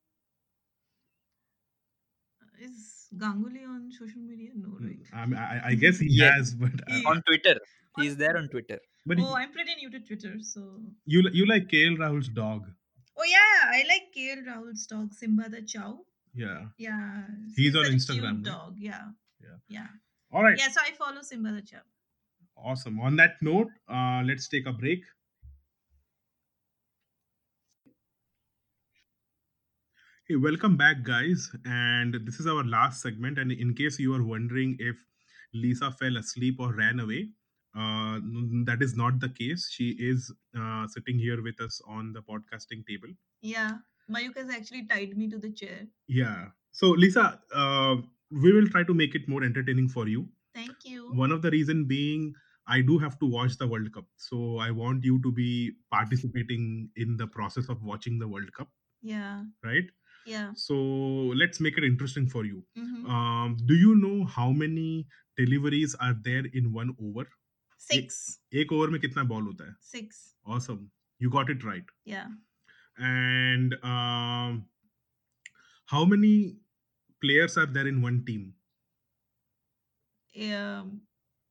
Speaker 5: Is Ganguly on social media? No,
Speaker 3: Mm,
Speaker 5: right?
Speaker 3: I, mean, I I I guess he
Speaker 4: Yes,
Speaker 3: has, but uh,
Speaker 5: He
Speaker 3: uh,
Speaker 4: on Twitter,
Speaker 5: on
Speaker 4: he's there on Twitter.
Speaker 3: but
Speaker 5: Oh,
Speaker 3: you
Speaker 5: I'm pretty new to Twitter, so
Speaker 3: you li- you like KL Rahul's dog?
Speaker 5: oh yeah, I like KL Rahul's dog Simba the Chow.
Speaker 3: Yeah,
Speaker 5: Yeah,
Speaker 3: he's
Speaker 5: he's
Speaker 3: on
Speaker 5: such a cute
Speaker 3: Instagram, right?
Speaker 5: dog. Yeah,
Speaker 3: Yeah.
Speaker 5: yeah,
Speaker 3: All right.
Speaker 5: yeah. So I follow Simba the Chow.
Speaker 3: Awesome. On that note, uh, let's take a break. Hey, welcome back, guys. And this is our last segment. And in case you are wondering if Lisa fell asleep or ran away, uh, n- that is not the case. She is uh, sitting here with us on the podcasting table.
Speaker 5: Yeah, Mayuk has actually tied me to the chair.
Speaker 3: Yeah. So, Lisa, uh, we will try to make it more entertaining for you.
Speaker 5: Thank you.
Speaker 3: One of the reason being, I do have to watch the World Cup, so I want you to be participating in the process of watching the World Cup,
Speaker 5: Yeah,
Speaker 3: right?
Speaker 5: yeah.
Speaker 3: So let's make it interesting for you.
Speaker 5: Mm-hmm.
Speaker 3: Um, do you know how many deliveries are there in one over? एक
Speaker 5: Six,
Speaker 3: एक over में कितना ball होता है?
Speaker 5: six.
Speaker 3: Awesome, you got it right.
Speaker 5: Yeah.
Speaker 3: And um, how many players are there in one team?
Speaker 5: Um,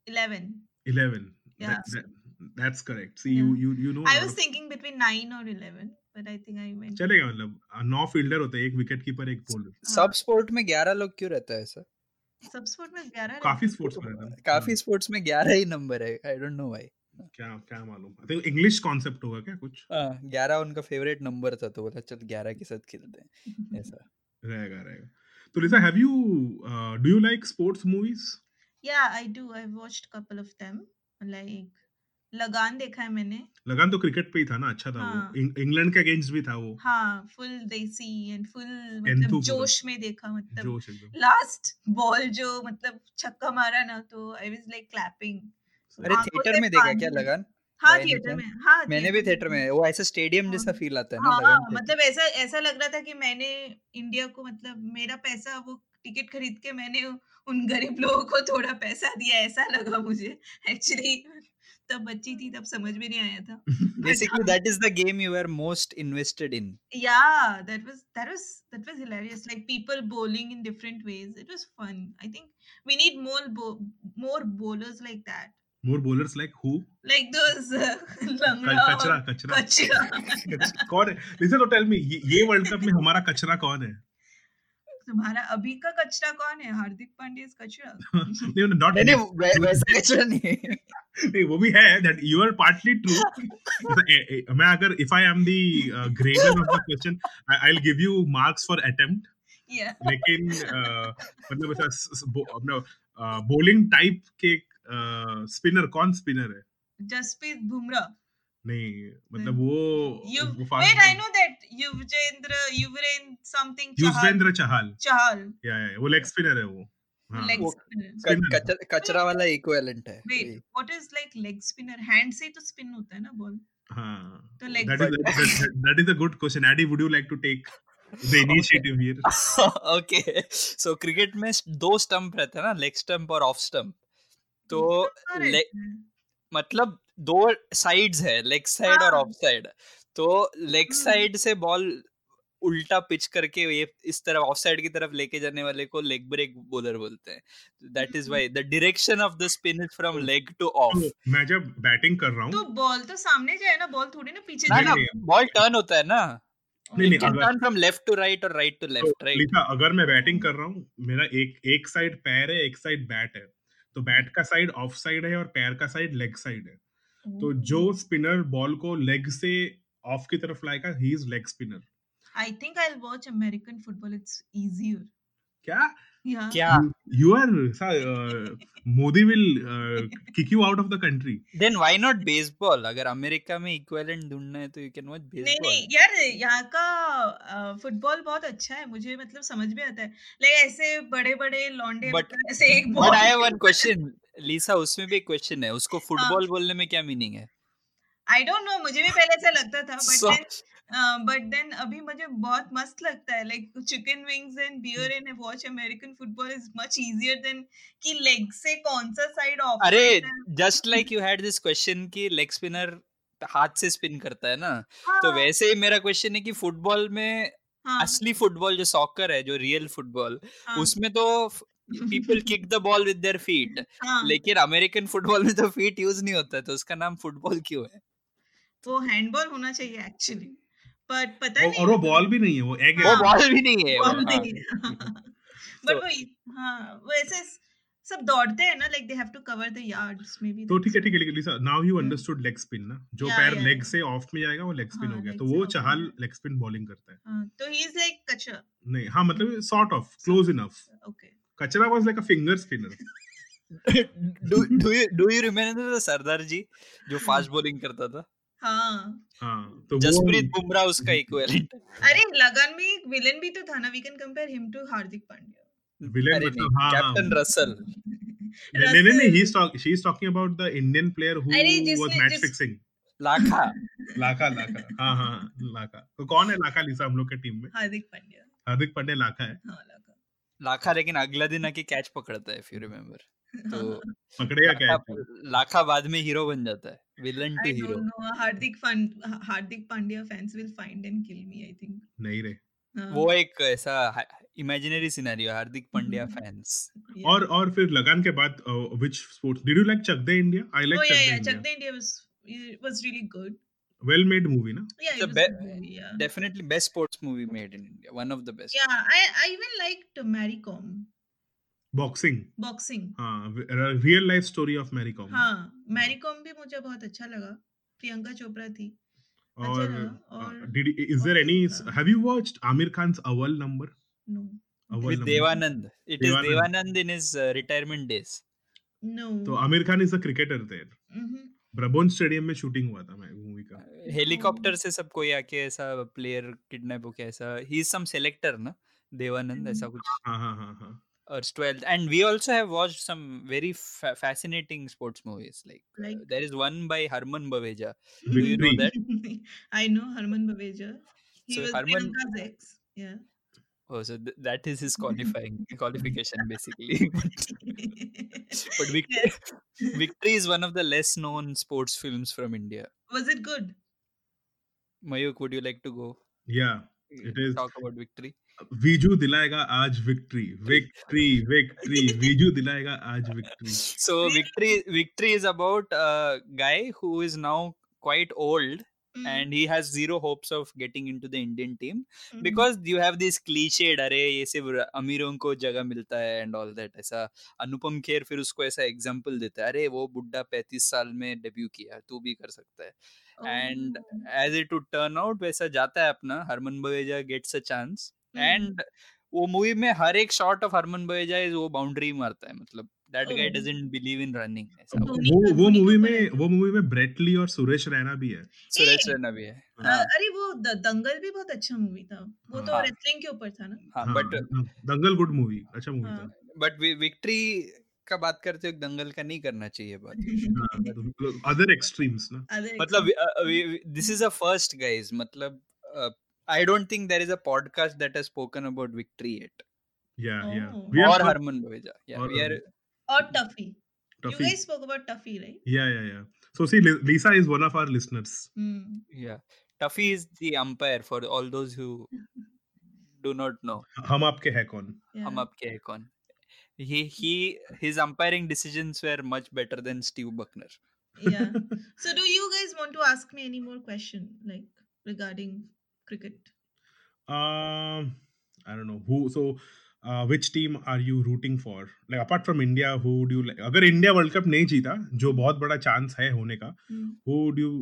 Speaker 5: eleven.
Speaker 3: Eleven.
Speaker 5: Yeah.
Speaker 3: That- that- that's correct. See,
Speaker 5: Yeah.
Speaker 3: you you you know.
Speaker 5: I was thinking between nine or eleven, but I think I went.
Speaker 3: चलेगा मतलब नौ fielder होते हैं एक wicket keeper एक bowler
Speaker 4: सब sport में ग्यारह लोग क्यों रहता है सर
Speaker 5: सब स्पोर्ट में ग्यारह
Speaker 3: काफी स्पोर्ट्स में रहता है।
Speaker 4: काफी स्पोर्ट्स में ग्यारह ही नंबर है आई डोंट नो भाई
Speaker 3: हाँ, क्या क्या मालूम आई थिंक इंग्लिश कॉन्सेप्ट होगा क्या कुछ
Speaker 4: हाँ, ग्यारह उनका फेवरेट नंबर था तो बोला चल ग्यारह के साथ खेलते हैं
Speaker 5: [LAUGHS]
Speaker 4: ऐसा
Speaker 3: रहेगा रहेगा तो Lisa have you do you like sports movies
Speaker 5: yeah i do i've watched couple of them like Lagaan देखा है मैंने
Speaker 3: लगान तो क्रिकेट पे ही था ना अच्छा था
Speaker 5: हाँ।
Speaker 3: वो इंग- इंग्लैंड के अगेंस्ट भी था वो
Speaker 5: हाँ फुल देसी एंड फुल
Speaker 3: Enthu
Speaker 5: मतलब
Speaker 3: पूरा।
Speaker 5: जोश में देखा मतलब
Speaker 3: जोश
Speaker 5: [LAUGHS]
Speaker 3: एकदम
Speaker 5: लास्ट बॉल जो मतलब छक्का मारा ना तो आई वाज लाइक क्लैपिंग
Speaker 4: अरे
Speaker 5: आंखों
Speaker 4: थिएटर
Speaker 5: से
Speaker 4: में देखा
Speaker 5: पानी
Speaker 4: क्या
Speaker 5: बह-
Speaker 4: लगान
Speaker 5: हाँ
Speaker 4: by any
Speaker 5: थिएटर
Speaker 4: chance?
Speaker 5: में हाँ
Speaker 4: मैंने भी थिएटर में वो ऐसा स्टेडियम जैसा
Speaker 5: हाँ,
Speaker 4: फील आता है ना
Speaker 5: हाँ
Speaker 4: लगान theatre।
Speaker 5: मतलब ऐसा ऐसा लग रहा था कि मैंने इंडिया को मतलब मेरा पैसा वो टिकट खरीद के मैंने उन गरीब लोगों को थोड़ा पैसा दिया ऐसा लगा मुझे एक्चुअली तब बच्ची थी तब समझ में नहीं आया था
Speaker 4: [LAUGHS]
Speaker 3: [LAUGHS]
Speaker 4: basically that is the game you were most invested in
Speaker 5: Yeah, that was that was that was hilarious. Like people bowling in different ways. It was fun. I think we need more bo- more bowlers like that.
Speaker 3: More bowlers like who
Speaker 5: Like those [LAUGHS] uh, Langra or
Speaker 3: Kachra Kachra
Speaker 5: Kachra.
Speaker 3: [LAUGHS] कौन है Lisa तो tell me ये, ये world cup में हमारा कचरा कौन है [LAUGHS]
Speaker 5: तुम्हारा अभी का कचरा कौन है हार्दिक पांडे इज कचरा
Speaker 3: नहीं नॉट
Speaker 4: नहीं [LAUGHS] वै- वैसा कुछ नहीं
Speaker 3: नहीं वो भी है that you are partly
Speaker 5: [LAUGHS]
Speaker 3: true eh, मैं अगर if I am the grader of the question I will give you marks for attempt
Speaker 5: yeah
Speaker 3: लेकिन uh, मतलब ऐसा स- स- बो- अपना बॉलिंग टाइप के स्पिनर कौन स्पिनर है
Speaker 5: Jasprit Bumrah
Speaker 3: नहीं मतलब वो
Speaker 5: Hmm. you
Speaker 3: वो
Speaker 5: wait
Speaker 3: fast
Speaker 5: I
Speaker 3: bowler-
Speaker 5: know that Yuvendra Yuvendra something Chahal
Speaker 3: Yuzvendra Chahal
Speaker 5: Chahal
Speaker 3: या या वो लेग स्पिनर है वो हाँ,
Speaker 5: leg
Speaker 4: वो-
Speaker 5: spinner
Speaker 4: क-
Speaker 3: spinner।
Speaker 4: कचर- कचरा वाला इक्विवेलेंट है
Speaker 5: wait what is like leg spinner hand से ही तो spin होता है ना ball
Speaker 3: हाँ
Speaker 5: तो leg
Speaker 3: that is that, that, that is a good question Addy would you like to take
Speaker 5: [LAUGHS]
Speaker 3: the initiative here
Speaker 4: [LAUGHS] okay so cricket में दो stump रहते हैं ना लेग स्टंप और ऑफ स्टंप तो
Speaker 5: और
Speaker 4: ले-
Speaker 5: ऐसा है।
Speaker 4: मतलब दो साइड्स है लेग साइड और
Speaker 5: हाँ।
Speaker 4: ऑफ साइड तो लेग
Speaker 5: हम्म।
Speaker 4: साइड से बॉल उल्टा पिच करके ये इस तरफ ऑफ साइड की तरफ लेके जाने वाले को लेग ब्रेक बॉलर बोलते हैं तो that is
Speaker 5: hmm.
Speaker 4: Why the direction of the spin is from leg to off
Speaker 3: तो मैं जब बैटिंग कर रहा हूँ
Speaker 5: तो बॉल तो सामने जाए ना बॉल थोड़ी ना पीछे
Speaker 4: ना
Speaker 3: नहीं,
Speaker 4: ना
Speaker 5: जाए
Speaker 3: नहीं,
Speaker 4: बॉल टर्न होता है ना
Speaker 3: नहीं हाँ, नहीं
Speaker 4: कैन
Speaker 3: अगर
Speaker 4: turn from left to right और राइट टू लेफ्ट
Speaker 3: तो
Speaker 4: राइट
Speaker 3: लिखा अगर मैं बैटिंग कर रहा हूँ मेरा एक एक साइड पैर है एक साइड बैट है तो बैट का साइड ऑफ साइड है और पैर का साइड लेग साइड है तो जो
Speaker 5: हम्म।
Speaker 3: स्पिनर बॉल को लेग से ऑफ की तरफ लाएगा he is leg spinner
Speaker 5: I think I will watch American football it's easier
Speaker 3: क्या
Speaker 5: या
Speaker 4: क्या
Speaker 3: you are Modi will kick you out of the country
Speaker 4: then why not baseball अगर America में इक्विवेलेंट ढूंढना है तो यू कैन वॉच
Speaker 5: नहीं नहीं
Speaker 4: बेसबॉल
Speaker 5: यार यहाँ का फुटबॉल बहुत अच्छा है मुझे मतलब समझ में आता है लाइक ऐसे बड़े बड़े लौंडे
Speaker 4: But-
Speaker 5: मतलब ऐसे एक
Speaker 4: but
Speaker 5: ball
Speaker 4: I have one question Lisa उसमें भी एक क्वेश्चन है उसको
Speaker 5: हाँ।
Speaker 4: फुटबॉल बोलने में क्या मीनिंग है
Speaker 5: आई डोंट नो मुझे भी पहले ऐसा लगता था but
Speaker 4: [LAUGHS] So-
Speaker 5: then but then हाँ, अभी मुझे बहुत मस्त लगता है like chicken wings and beer
Speaker 4: hmm.
Speaker 5: And watch American football is much easier than कि लेग से कौन सा साइड ऑफ
Speaker 4: अरे
Speaker 5: [LAUGHS]
Speaker 4: just like you had this question कि लेग स्पिनर हाथ से स्पिन करता है ना तो
Speaker 5: हाँ।
Speaker 4: वैसे ही मेरा क्वेश्चन है कि फुटबॉल में असली फुटबॉल जो सॉकर है जो रियल फुटबॉल
Speaker 5: हाँ,
Speaker 4: उसमें तो people kick the ball with their feet
Speaker 5: हाँ,
Speaker 4: लेकिन अमेरिकन फुटबॉल में तो फीट यूज नहीं होता है, तो उसका नाम फुटबॉल क्यों है
Speaker 5: वो हैंडबॉल होना चाहिए एक्चुअली बट पता नहीं
Speaker 3: और वो बॉल भी नहीं है वो एग
Speaker 4: वो
Speaker 5: हाँ,
Speaker 4: बॉल भी नहीं है वो,
Speaker 5: बॉल
Speaker 4: हाँ। तो
Speaker 5: नहीं है [LAUGHS] बट
Speaker 4: So-
Speaker 5: वो हाँ वो ऐसे सब दौड़ते हैं ना like they have to cover the yards may be
Speaker 3: तो ठीक है ठीक है लेकिन Lisa now you understood leg spin ना जो
Speaker 5: Yeah,
Speaker 3: पैर
Speaker 5: yeah,
Speaker 3: लेग
Speaker 5: yeah.
Speaker 3: से ऑफ में जाएगा वो लेग स्पिन
Speaker 5: हाँ,
Speaker 3: हो गया
Speaker 5: leg
Speaker 3: तो
Speaker 5: से
Speaker 3: वो
Speaker 5: off में
Speaker 3: चहल
Speaker 5: जाएगा।
Speaker 3: लेग स्पिन बॉलिंग करता है
Speaker 5: तो ही इज लाइक कचरा
Speaker 3: नहीं हाँ मतलब sort of close enough
Speaker 5: okay
Speaker 3: Kachara was like a finger spinner.
Speaker 4: do do you do you remember the Sardar ji जो फास्ट बॉलिंग करता था
Speaker 5: हाँ
Speaker 3: हाँ तो
Speaker 4: जसप्रीत
Speaker 3: वो
Speaker 4: बुमराह उसका इक्विवेलेंट
Speaker 5: अरे लगान में एक विलन भी तो था ना we can compare him to Hardik Pandya
Speaker 3: villain
Speaker 4: अरे
Speaker 3: मतलब
Speaker 4: नहीं
Speaker 3: हाँ
Speaker 4: कैप्टन
Speaker 3: हाँ
Speaker 4: रसल
Speaker 3: नहीं नहीं नहीं
Speaker 5: Russell-
Speaker 3: he's talk she's talking about the Indian player who
Speaker 5: अरे
Speaker 3: was
Speaker 5: जिसने-
Speaker 3: match
Speaker 5: जिस-
Speaker 3: fixing
Speaker 4: लाखा
Speaker 3: लाका लाका हाँ हाँ लाका तो कौन है लाका लिसा हम लोग के टीम में
Speaker 5: हार्दिक पांड्या
Speaker 3: हार्दिक पांडे लाका है
Speaker 5: हाँ लगा
Speaker 4: लाखा लेकिन अगला दिन आके कैच पकड़ता है इफ यू रिमेम्बर
Speaker 5: [LAUGHS]
Speaker 4: तो
Speaker 3: पकड़ेगा
Speaker 4: लाखा,
Speaker 3: कैच
Speaker 4: लाखा बाद में हीरो बन जाता है villain too
Speaker 5: I
Speaker 4: hero
Speaker 5: don't know. Hardik fan, Hardik Pandya fans will find and kill me. I think.
Speaker 3: नहीं रे
Speaker 5: Uh,
Speaker 4: वो एक ऐसा imaginary scenario Hardik Pandya
Speaker 5: Mhm.
Speaker 4: Fans
Speaker 5: yeah.
Speaker 3: और और फिर लगान के बाद which sports did you like Chak De India I
Speaker 5: oh
Speaker 3: like
Speaker 5: yeah, yeah.
Speaker 3: Chak De India
Speaker 5: Chak De India was it was really good.
Speaker 3: Well made movie ना
Speaker 5: Yeah,
Speaker 4: It's a
Speaker 5: it was
Speaker 4: अच्छा, be-
Speaker 5: a good movie. Yeah,
Speaker 4: definitely best sports movie made in India one of the best
Speaker 5: yeah. I I even liked Mary Com
Speaker 3: boxing
Speaker 5: boxing.
Speaker 3: हाँ real life story of Mary Kom
Speaker 5: हाँ
Speaker 4: Hmm.
Speaker 5: Mary Kom भी मुझे बहुत अच्छा लगा प्रियंका चोपड़ा थी अच्छा
Speaker 3: और
Speaker 5: लगा,
Speaker 3: uh,
Speaker 5: और-
Speaker 3: did is
Speaker 5: और
Speaker 3: there any
Speaker 5: दूसरा-
Speaker 3: have you watched Amir Khan's Awal number
Speaker 5: नो
Speaker 3: Awal
Speaker 4: with
Speaker 3: number
Speaker 4: Devanand it is
Speaker 3: Devanand.
Speaker 4: Devanand in his uh, retirement days
Speaker 5: no
Speaker 3: तो Aamir Khan is a cricketer there
Speaker 5: Mm-hmm,
Speaker 3: ब्रबोन stadium में shooting हुआ था movie का
Speaker 4: helicopter
Speaker 3: हम्म।
Speaker 4: से सब कोई आके ऐसा प्लेयर किडनैप होके ऐसा ही इज सम सेलेक्टर ना देवानंद ऐसा
Speaker 5: Mhm.
Speaker 4: कुछ
Speaker 3: हाँ हाँ हाँ
Speaker 5: [LAUGHS]
Speaker 3: हाँ
Speaker 4: erstwhile and we also have watched some very fa- fascinating sports movies like, uh,
Speaker 5: Like?
Speaker 4: there is one by harman baveja do you know
Speaker 3: Victory.
Speaker 5: [LAUGHS]
Speaker 4: that
Speaker 5: I know Harman Babeja. He
Speaker 4: So
Speaker 5: was
Speaker 4: Harman-
Speaker 5: Priyanka's ex. Yeah.
Speaker 4: oh so th- that is his
Speaker 3: [LAUGHS]
Speaker 4: qualifying qualification basically [LAUGHS] but,
Speaker 5: [LAUGHS]
Speaker 4: but victory, [LAUGHS] victory is one of the less known sports films from india
Speaker 5: was it good?
Speaker 4: mayuk would you like to go
Speaker 3: या
Speaker 4: uh,
Speaker 3: It is-
Speaker 4: talk about victory
Speaker 3: Viju दिलाएगा आज victory victory victory Viju दिलाएगा आज victory
Speaker 4: so victory victory is about a guy who is now quite old
Speaker 5: Mm,
Speaker 4: and he has zero hopes of getting into the indian team
Speaker 5: mm.
Speaker 4: Because you have this cliched अरे ये सिर्फ र- अमीरों को जगह मिलता है and all that ऐसा अनुपम खेर फिर उसको ऐसा एग्जांपल देता है अरे वो बुड्ढा पैंतीस साल में डेब्यू किया तू भी कर सकता है and
Speaker 5: Oh,
Speaker 4: as it to turn out वैसा जाता है अपना Harman Baweja gets a chance
Speaker 5: mm.
Speaker 4: And वो मूवी में हर एक shot of Harman Baweja is वो बाउंड्री मारता है मतलब that guy
Speaker 5: Oh.
Speaker 4: Doesn't believe in running ऐसा
Speaker 3: [LAUGHS]
Speaker 5: धोनी
Speaker 3: वो
Speaker 5: का-
Speaker 3: वो
Speaker 5: धोनी
Speaker 3: मूवी
Speaker 5: का हाँ, ऊपर
Speaker 3: में
Speaker 5: है।
Speaker 3: वो मूवी में ब्रेटली और सुरेश रैना भी है
Speaker 4: सुरेश
Speaker 5: ए,
Speaker 4: रैना भी है
Speaker 5: अ,
Speaker 4: हाँ
Speaker 5: अरे वो द दंगल भी बहुत अच्छा मूवी था वो तो
Speaker 3: हाँ।
Speaker 5: रेसलिंग के ऊपर था ना
Speaker 4: हाँ
Speaker 3: हाँ
Speaker 4: बट
Speaker 3: दंगल गुड मूवी अच्छा मूवी
Speaker 5: हाँ
Speaker 3: था
Speaker 4: बट विक्ट्री का बात करते हो एक दंगल का नहीं करना चाहिए बात usually.
Speaker 3: हाँ,
Speaker 5: हाँ। [LAUGHS]
Speaker 4: But-
Speaker 3: अदर एक्सट्रीम्स मतलब ना
Speaker 5: Other
Speaker 4: मतलब
Speaker 5: [LAUGHS] example.
Speaker 4: This is a first guys मतलब I don't think there is a podcast that has spoken about victory at
Speaker 3: या या
Speaker 5: Oh.
Speaker 3: वी
Speaker 4: और
Speaker 3: आर
Speaker 4: हरमन बवेजा या
Speaker 3: और
Speaker 4: we are
Speaker 5: Or Tuffy. You
Speaker 3: Tuffy
Speaker 5: guys spoke about Tuffy, right?
Speaker 3: Yeah, yeah, yeah. So see, Li- Lisa is one of our listeners.
Speaker 5: Mm.
Speaker 4: या Tuffy is the umpire for all those who do not know
Speaker 3: हम आपके हैं कौन?
Speaker 5: [LAUGHS] Yeah.
Speaker 4: हम आपके हैं कौन he he his umpiring decisions were much better than steve buckner [LAUGHS]
Speaker 5: yeah. So, do you guys want to ask me any more question, like regarding cricket?
Speaker 3: um, I don't know who. So, uh, which team are you rooting for? Like apart from India, who do you like? अगर India world cup नहीं जीता, जो बहुत बड़ा chance है होने का,
Speaker 5: Hmm.
Speaker 3: who do you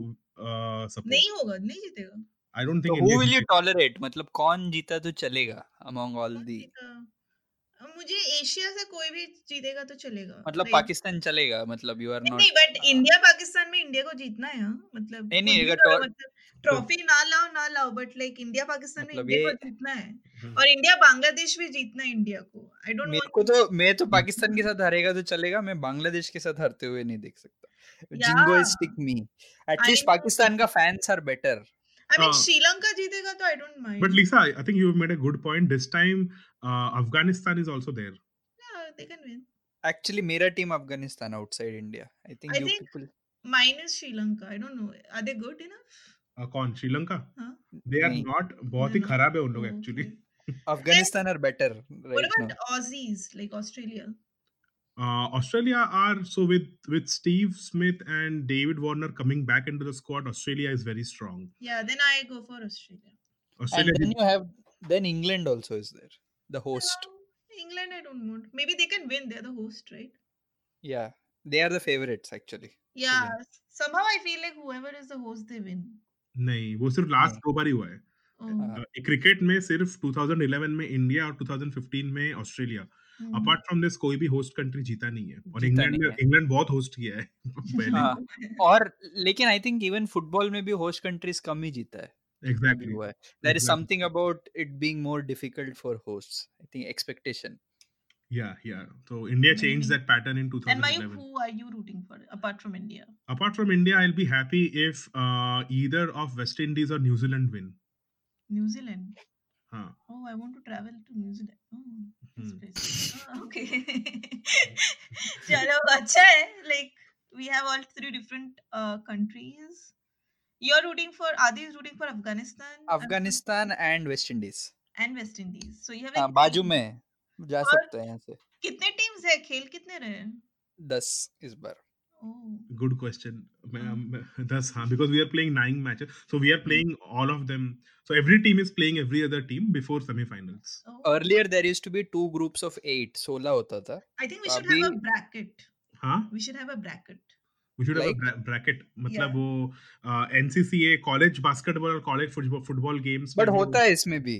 Speaker 3: uh, support?
Speaker 5: नहीं होगा नहीं जीतेगा
Speaker 3: I don't
Speaker 4: तो
Speaker 3: think
Speaker 4: who
Speaker 3: India.
Speaker 4: will you
Speaker 3: जीतेगा.
Speaker 4: tolerate मतलब कौन जीता तो चलेगा among all
Speaker 5: कौन
Speaker 4: the
Speaker 5: जीता? अ, मुझे एशिया से कोई भी जीतेगा तो चलेगा
Speaker 4: मतलब
Speaker 5: like-
Speaker 4: पाकिस्तान चलेगा मतलब यू आर
Speaker 5: नहीं,
Speaker 4: नॉट
Speaker 5: नहीं बट इंडिया पाकिस्तान में इंडिया को जीतना है हाँ, मतलब
Speaker 4: नहीं, नहीं,
Speaker 5: कुछ भी
Speaker 4: अगर
Speaker 5: करो,
Speaker 4: टॉ-
Speaker 5: मतलब ट्रॉफी ना लाओ ना लाओ बट लाइक इंडिया पाकिस्तान में
Speaker 4: मतलब
Speaker 5: इंडिया
Speaker 4: ये-
Speaker 5: को जीतना है
Speaker 3: हम्म।
Speaker 5: और इंडिया बांग्लादेश भी जीतना है इंडिया को आई डोंट
Speaker 4: मेरे को
Speaker 5: वांट
Speaker 4: तो मैं
Speaker 5: Hmm.
Speaker 4: तो पाकिस्तान के साथ हारेगा तो चलेगा मैं बांग्लादेश के साथ हारते हुए नहीं देख सकता
Speaker 5: Yeah.
Speaker 4: Jingo is tick me at least
Speaker 5: know.
Speaker 4: Pakistan का fans are better
Speaker 5: I mean
Speaker 3: हाँ।
Speaker 5: श्रीलंका जीतेगा तो I don't mind
Speaker 3: But Lisa, I I think you have made a good point. This time, uh, Afghanistan is also there.
Speaker 5: They can win
Speaker 4: actually मेरा team Afghanistan outside India I think
Speaker 5: I
Speaker 4: you
Speaker 5: think-
Speaker 4: people
Speaker 5: mine is Sri Lanka I don't know are they good enough
Speaker 3: Uh, कौन? श्रीलंका?
Speaker 5: हाँ।
Speaker 3: They are
Speaker 4: नहीं
Speaker 3: not. बहुत ही
Speaker 5: No.
Speaker 3: खराब है उन लोग actually.
Speaker 4: Afghanistan are better
Speaker 5: what
Speaker 4: right
Speaker 5: about Aussies like Australia
Speaker 3: uh, Australia are so with with Steve Smith and David Warner coming back into the squad. Australia is very strong.
Speaker 5: या then I go for Australia
Speaker 4: now and
Speaker 3: Australia
Speaker 4: then
Speaker 3: did,
Speaker 4: you have then England also is there the host
Speaker 5: England I don't want may be they can win they are the host right
Speaker 4: या they are the favourites actually
Speaker 5: Yeah, somehow I feel like whoever is the host, they win.
Speaker 3: नहीं वो सिर्फ last दो बार ही हुआ है
Speaker 5: Oh.
Speaker 4: हाँ.
Speaker 3: Uh, cricket में सिर्फ 2011 में इंडिया और 2015 में Australia
Speaker 5: hmm.
Speaker 3: Apart from this कोई भी होस्ट कंट्री जीता नहीं है और
Speaker 4: हम्म। जीता
Speaker 3: इंग्लैंड
Speaker 4: नहीं
Speaker 3: ने
Speaker 4: है।
Speaker 3: इंग्लैंड बहुत होस्ट किया है [LAUGHS]
Speaker 5: [LAUGHS]
Speaker 3: पहले
Speaker 4: हाँ और लेकिन आई थिंक इवन फुटबॉल में भी होस्ट कंट्रीज कम ही जीता है जितना भी
Speaker 3: एग्जैक्टली
Speaker 4: हुआ है there is
Speaker 3: Exactly.
Speaker 4: Something about it being more difficult for hosts I think expectation
Speaker 3: या या तो India
Speaker 4: hmm,
Speaker 3: change that pattern in
Speaker 5: And Mayu,
Speaker 3: 2011
Speaker 5: who are you rooting for apart from India?
Speaker 3: Apart from India I will be happy if either of West Indies और New Zealand win
Speaker 5: New Zealand.
Speaker 3: हाँ
Speaker 5: Oh, I want to travel to New Zealand. Oh, nice
Speaker 3: Hmm.
Speaker 5: place. [LAUGHS] Ah, okay. Chalo, acha hai. Like we have all three different uh, countries. You're rooting for Adi is rooting for Afghanistan. uh, I'm-
Speaker 4: Afghanistan and West Indies
Speaker 5: and West Indies so you
Speaker 4: हाँ
Speaker 5: have
Speaker 4: बाजू में है, जा
Speaker 5: और-
Speaker 4: सकते हैं यहाँ से
Speaker 5: कितने टीम्स है खेल कितने रहे हैं?
Speaker 4: दस इस बार
Speaker 5: Oh,
Speaker 3: Good question. Ma-
Speaker 4: Hmm.
Speaker 5: Mm.
Speaker 3: ma- That's huh, because we are playing nine matches, so we are playing all of them. So every team is playing every other team before semifinals.
Speaker 5: oh.
Speaker 4: Earlier there use to be two groups of eight सोलह होता था
Speaker 3: हम्म,
Speaker 5: I think we should have a
Speaker 4: अभी-
Speaker 5: bracket.
Speaker 3: Huh?
Speaker 5: We should have a bracket.
Speaker 3: We should
Speaker 4: Like-
Speaker 3: have a bra- bracket. मतलब वो uh, NCCA college basketball or college football football games.
Speaker 4: But
Speaker 3: में वो-
Speaker 4: होता है इसमें भी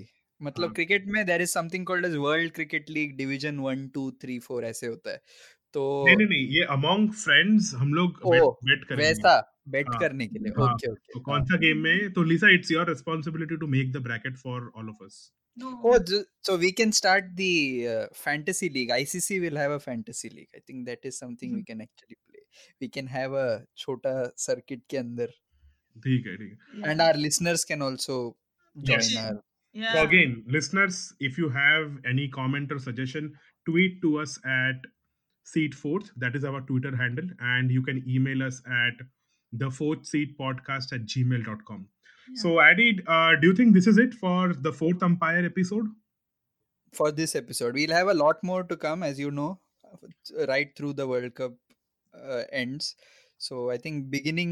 Speaker 4: मतलब
Speaker 3: हम्म, हाँ।
Speaker 4: क्रिकेट में there is something called as world cricket league division one two three four ऐसे होता है तो
Speaker 3: नहीं नहीं नहीं ये among friends हम लोग
Speaker 4: ओ,
Speaker 3: bet bet करेंगे.
Speaker 4: वैसा बेट
Speaker 3: हाँ,
Speaker 4: करने के लिए
Speaker 3: हाँ,
Speaker 4: ओके
Speaker 3: तो
Speaker 4: ओके
Speaker 3: कौन सा गेम में तो Lisa it's your responsibility to make the bracket for all of us.
Speaker 5: No.
Speaker 4: Oh, ju- so we can start the uh, fantasy league. ICC will have a fantasy league. I think that is something we
Speaker 3: Mm-hmm.
Speaker 4: can actually play. We can have a chota circuit ke andar,
Speaker 3: ठीक है ठीक है.
Speaker 5: yeah.
Speaker 4: and our listeners can also join
Speaker 3: Yes.
Speaker 4: our.
Speaker 5: yeah.
Speaker 3: So again, listeners, if you have any comment or suggestion, tweet to us at Seat Fourth. That is our Twitter handle. And you can email us at the fourth seat podcast at gmail.com.
Speaker 5: yeah.
Speaker 3: So Adi, uh, do you think this is it for the fourth umpire episode?
Speaker 4: For this episode, we'll have a lot more to come, as you know, uh, right through the World Cup uh, ends. So I think beginning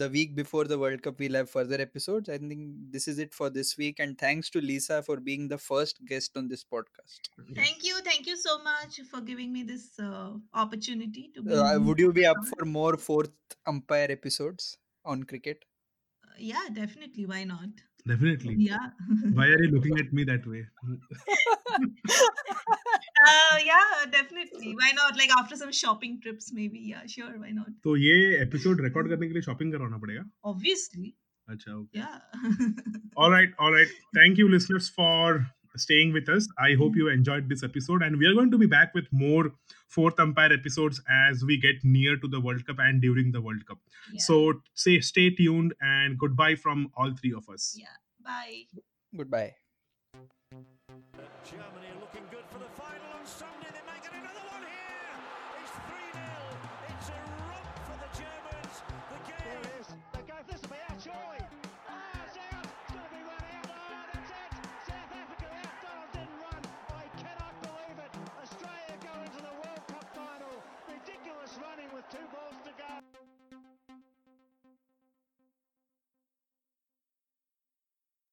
Speaker 4: the week before the World Cup, we'll have further episodes. I think this is it for this week, and thanks to Lisa for being the first guest on this podcast.
Speaker 5: Thank you. Thank you so much for giving me this uh, opportunity to be.
Speaker 4: Uh,
Speaker 5: on
Speaker 4: would you be up
Speaker 5: Sure.
Speaker 4: for more fourth umpire episodes on cricket?
Speaker 5: Uh, Yeah, definitely. Why not?
Speaker 3: Definitely.
Speaker 5: Yeah.
Speaker 3: Why are you looking at me that way?
Speaker 5: [LAUGHS] Uh, yeah, definitely. Why not? Like after some shopping trips, maybe. Yeah, sure. Why not?
Speaker 3: तो ये episode record करने के लिए shopping करवाना पड़ेगा
Speaker 5: Obviously.
Speaker 3: अच्छा okay.
Speaker 5: Yeah. [LAUGHS]
Speaker 3: All right, all right. Thank you, listeners, for staying with us. I hope you enjoyed this episode, and we are going to be back with more fourth umpire episodes as we get near to the World Cup and during the World Cup.
Speaker 5: Yeah.
Speaker 3: So say stay tuned and goodbye from all three of us.
Speaker 5: Yeah. Bye.
Speaker 4: Goodbye.
Speaker 1: Germany
Speaker 2: Ah,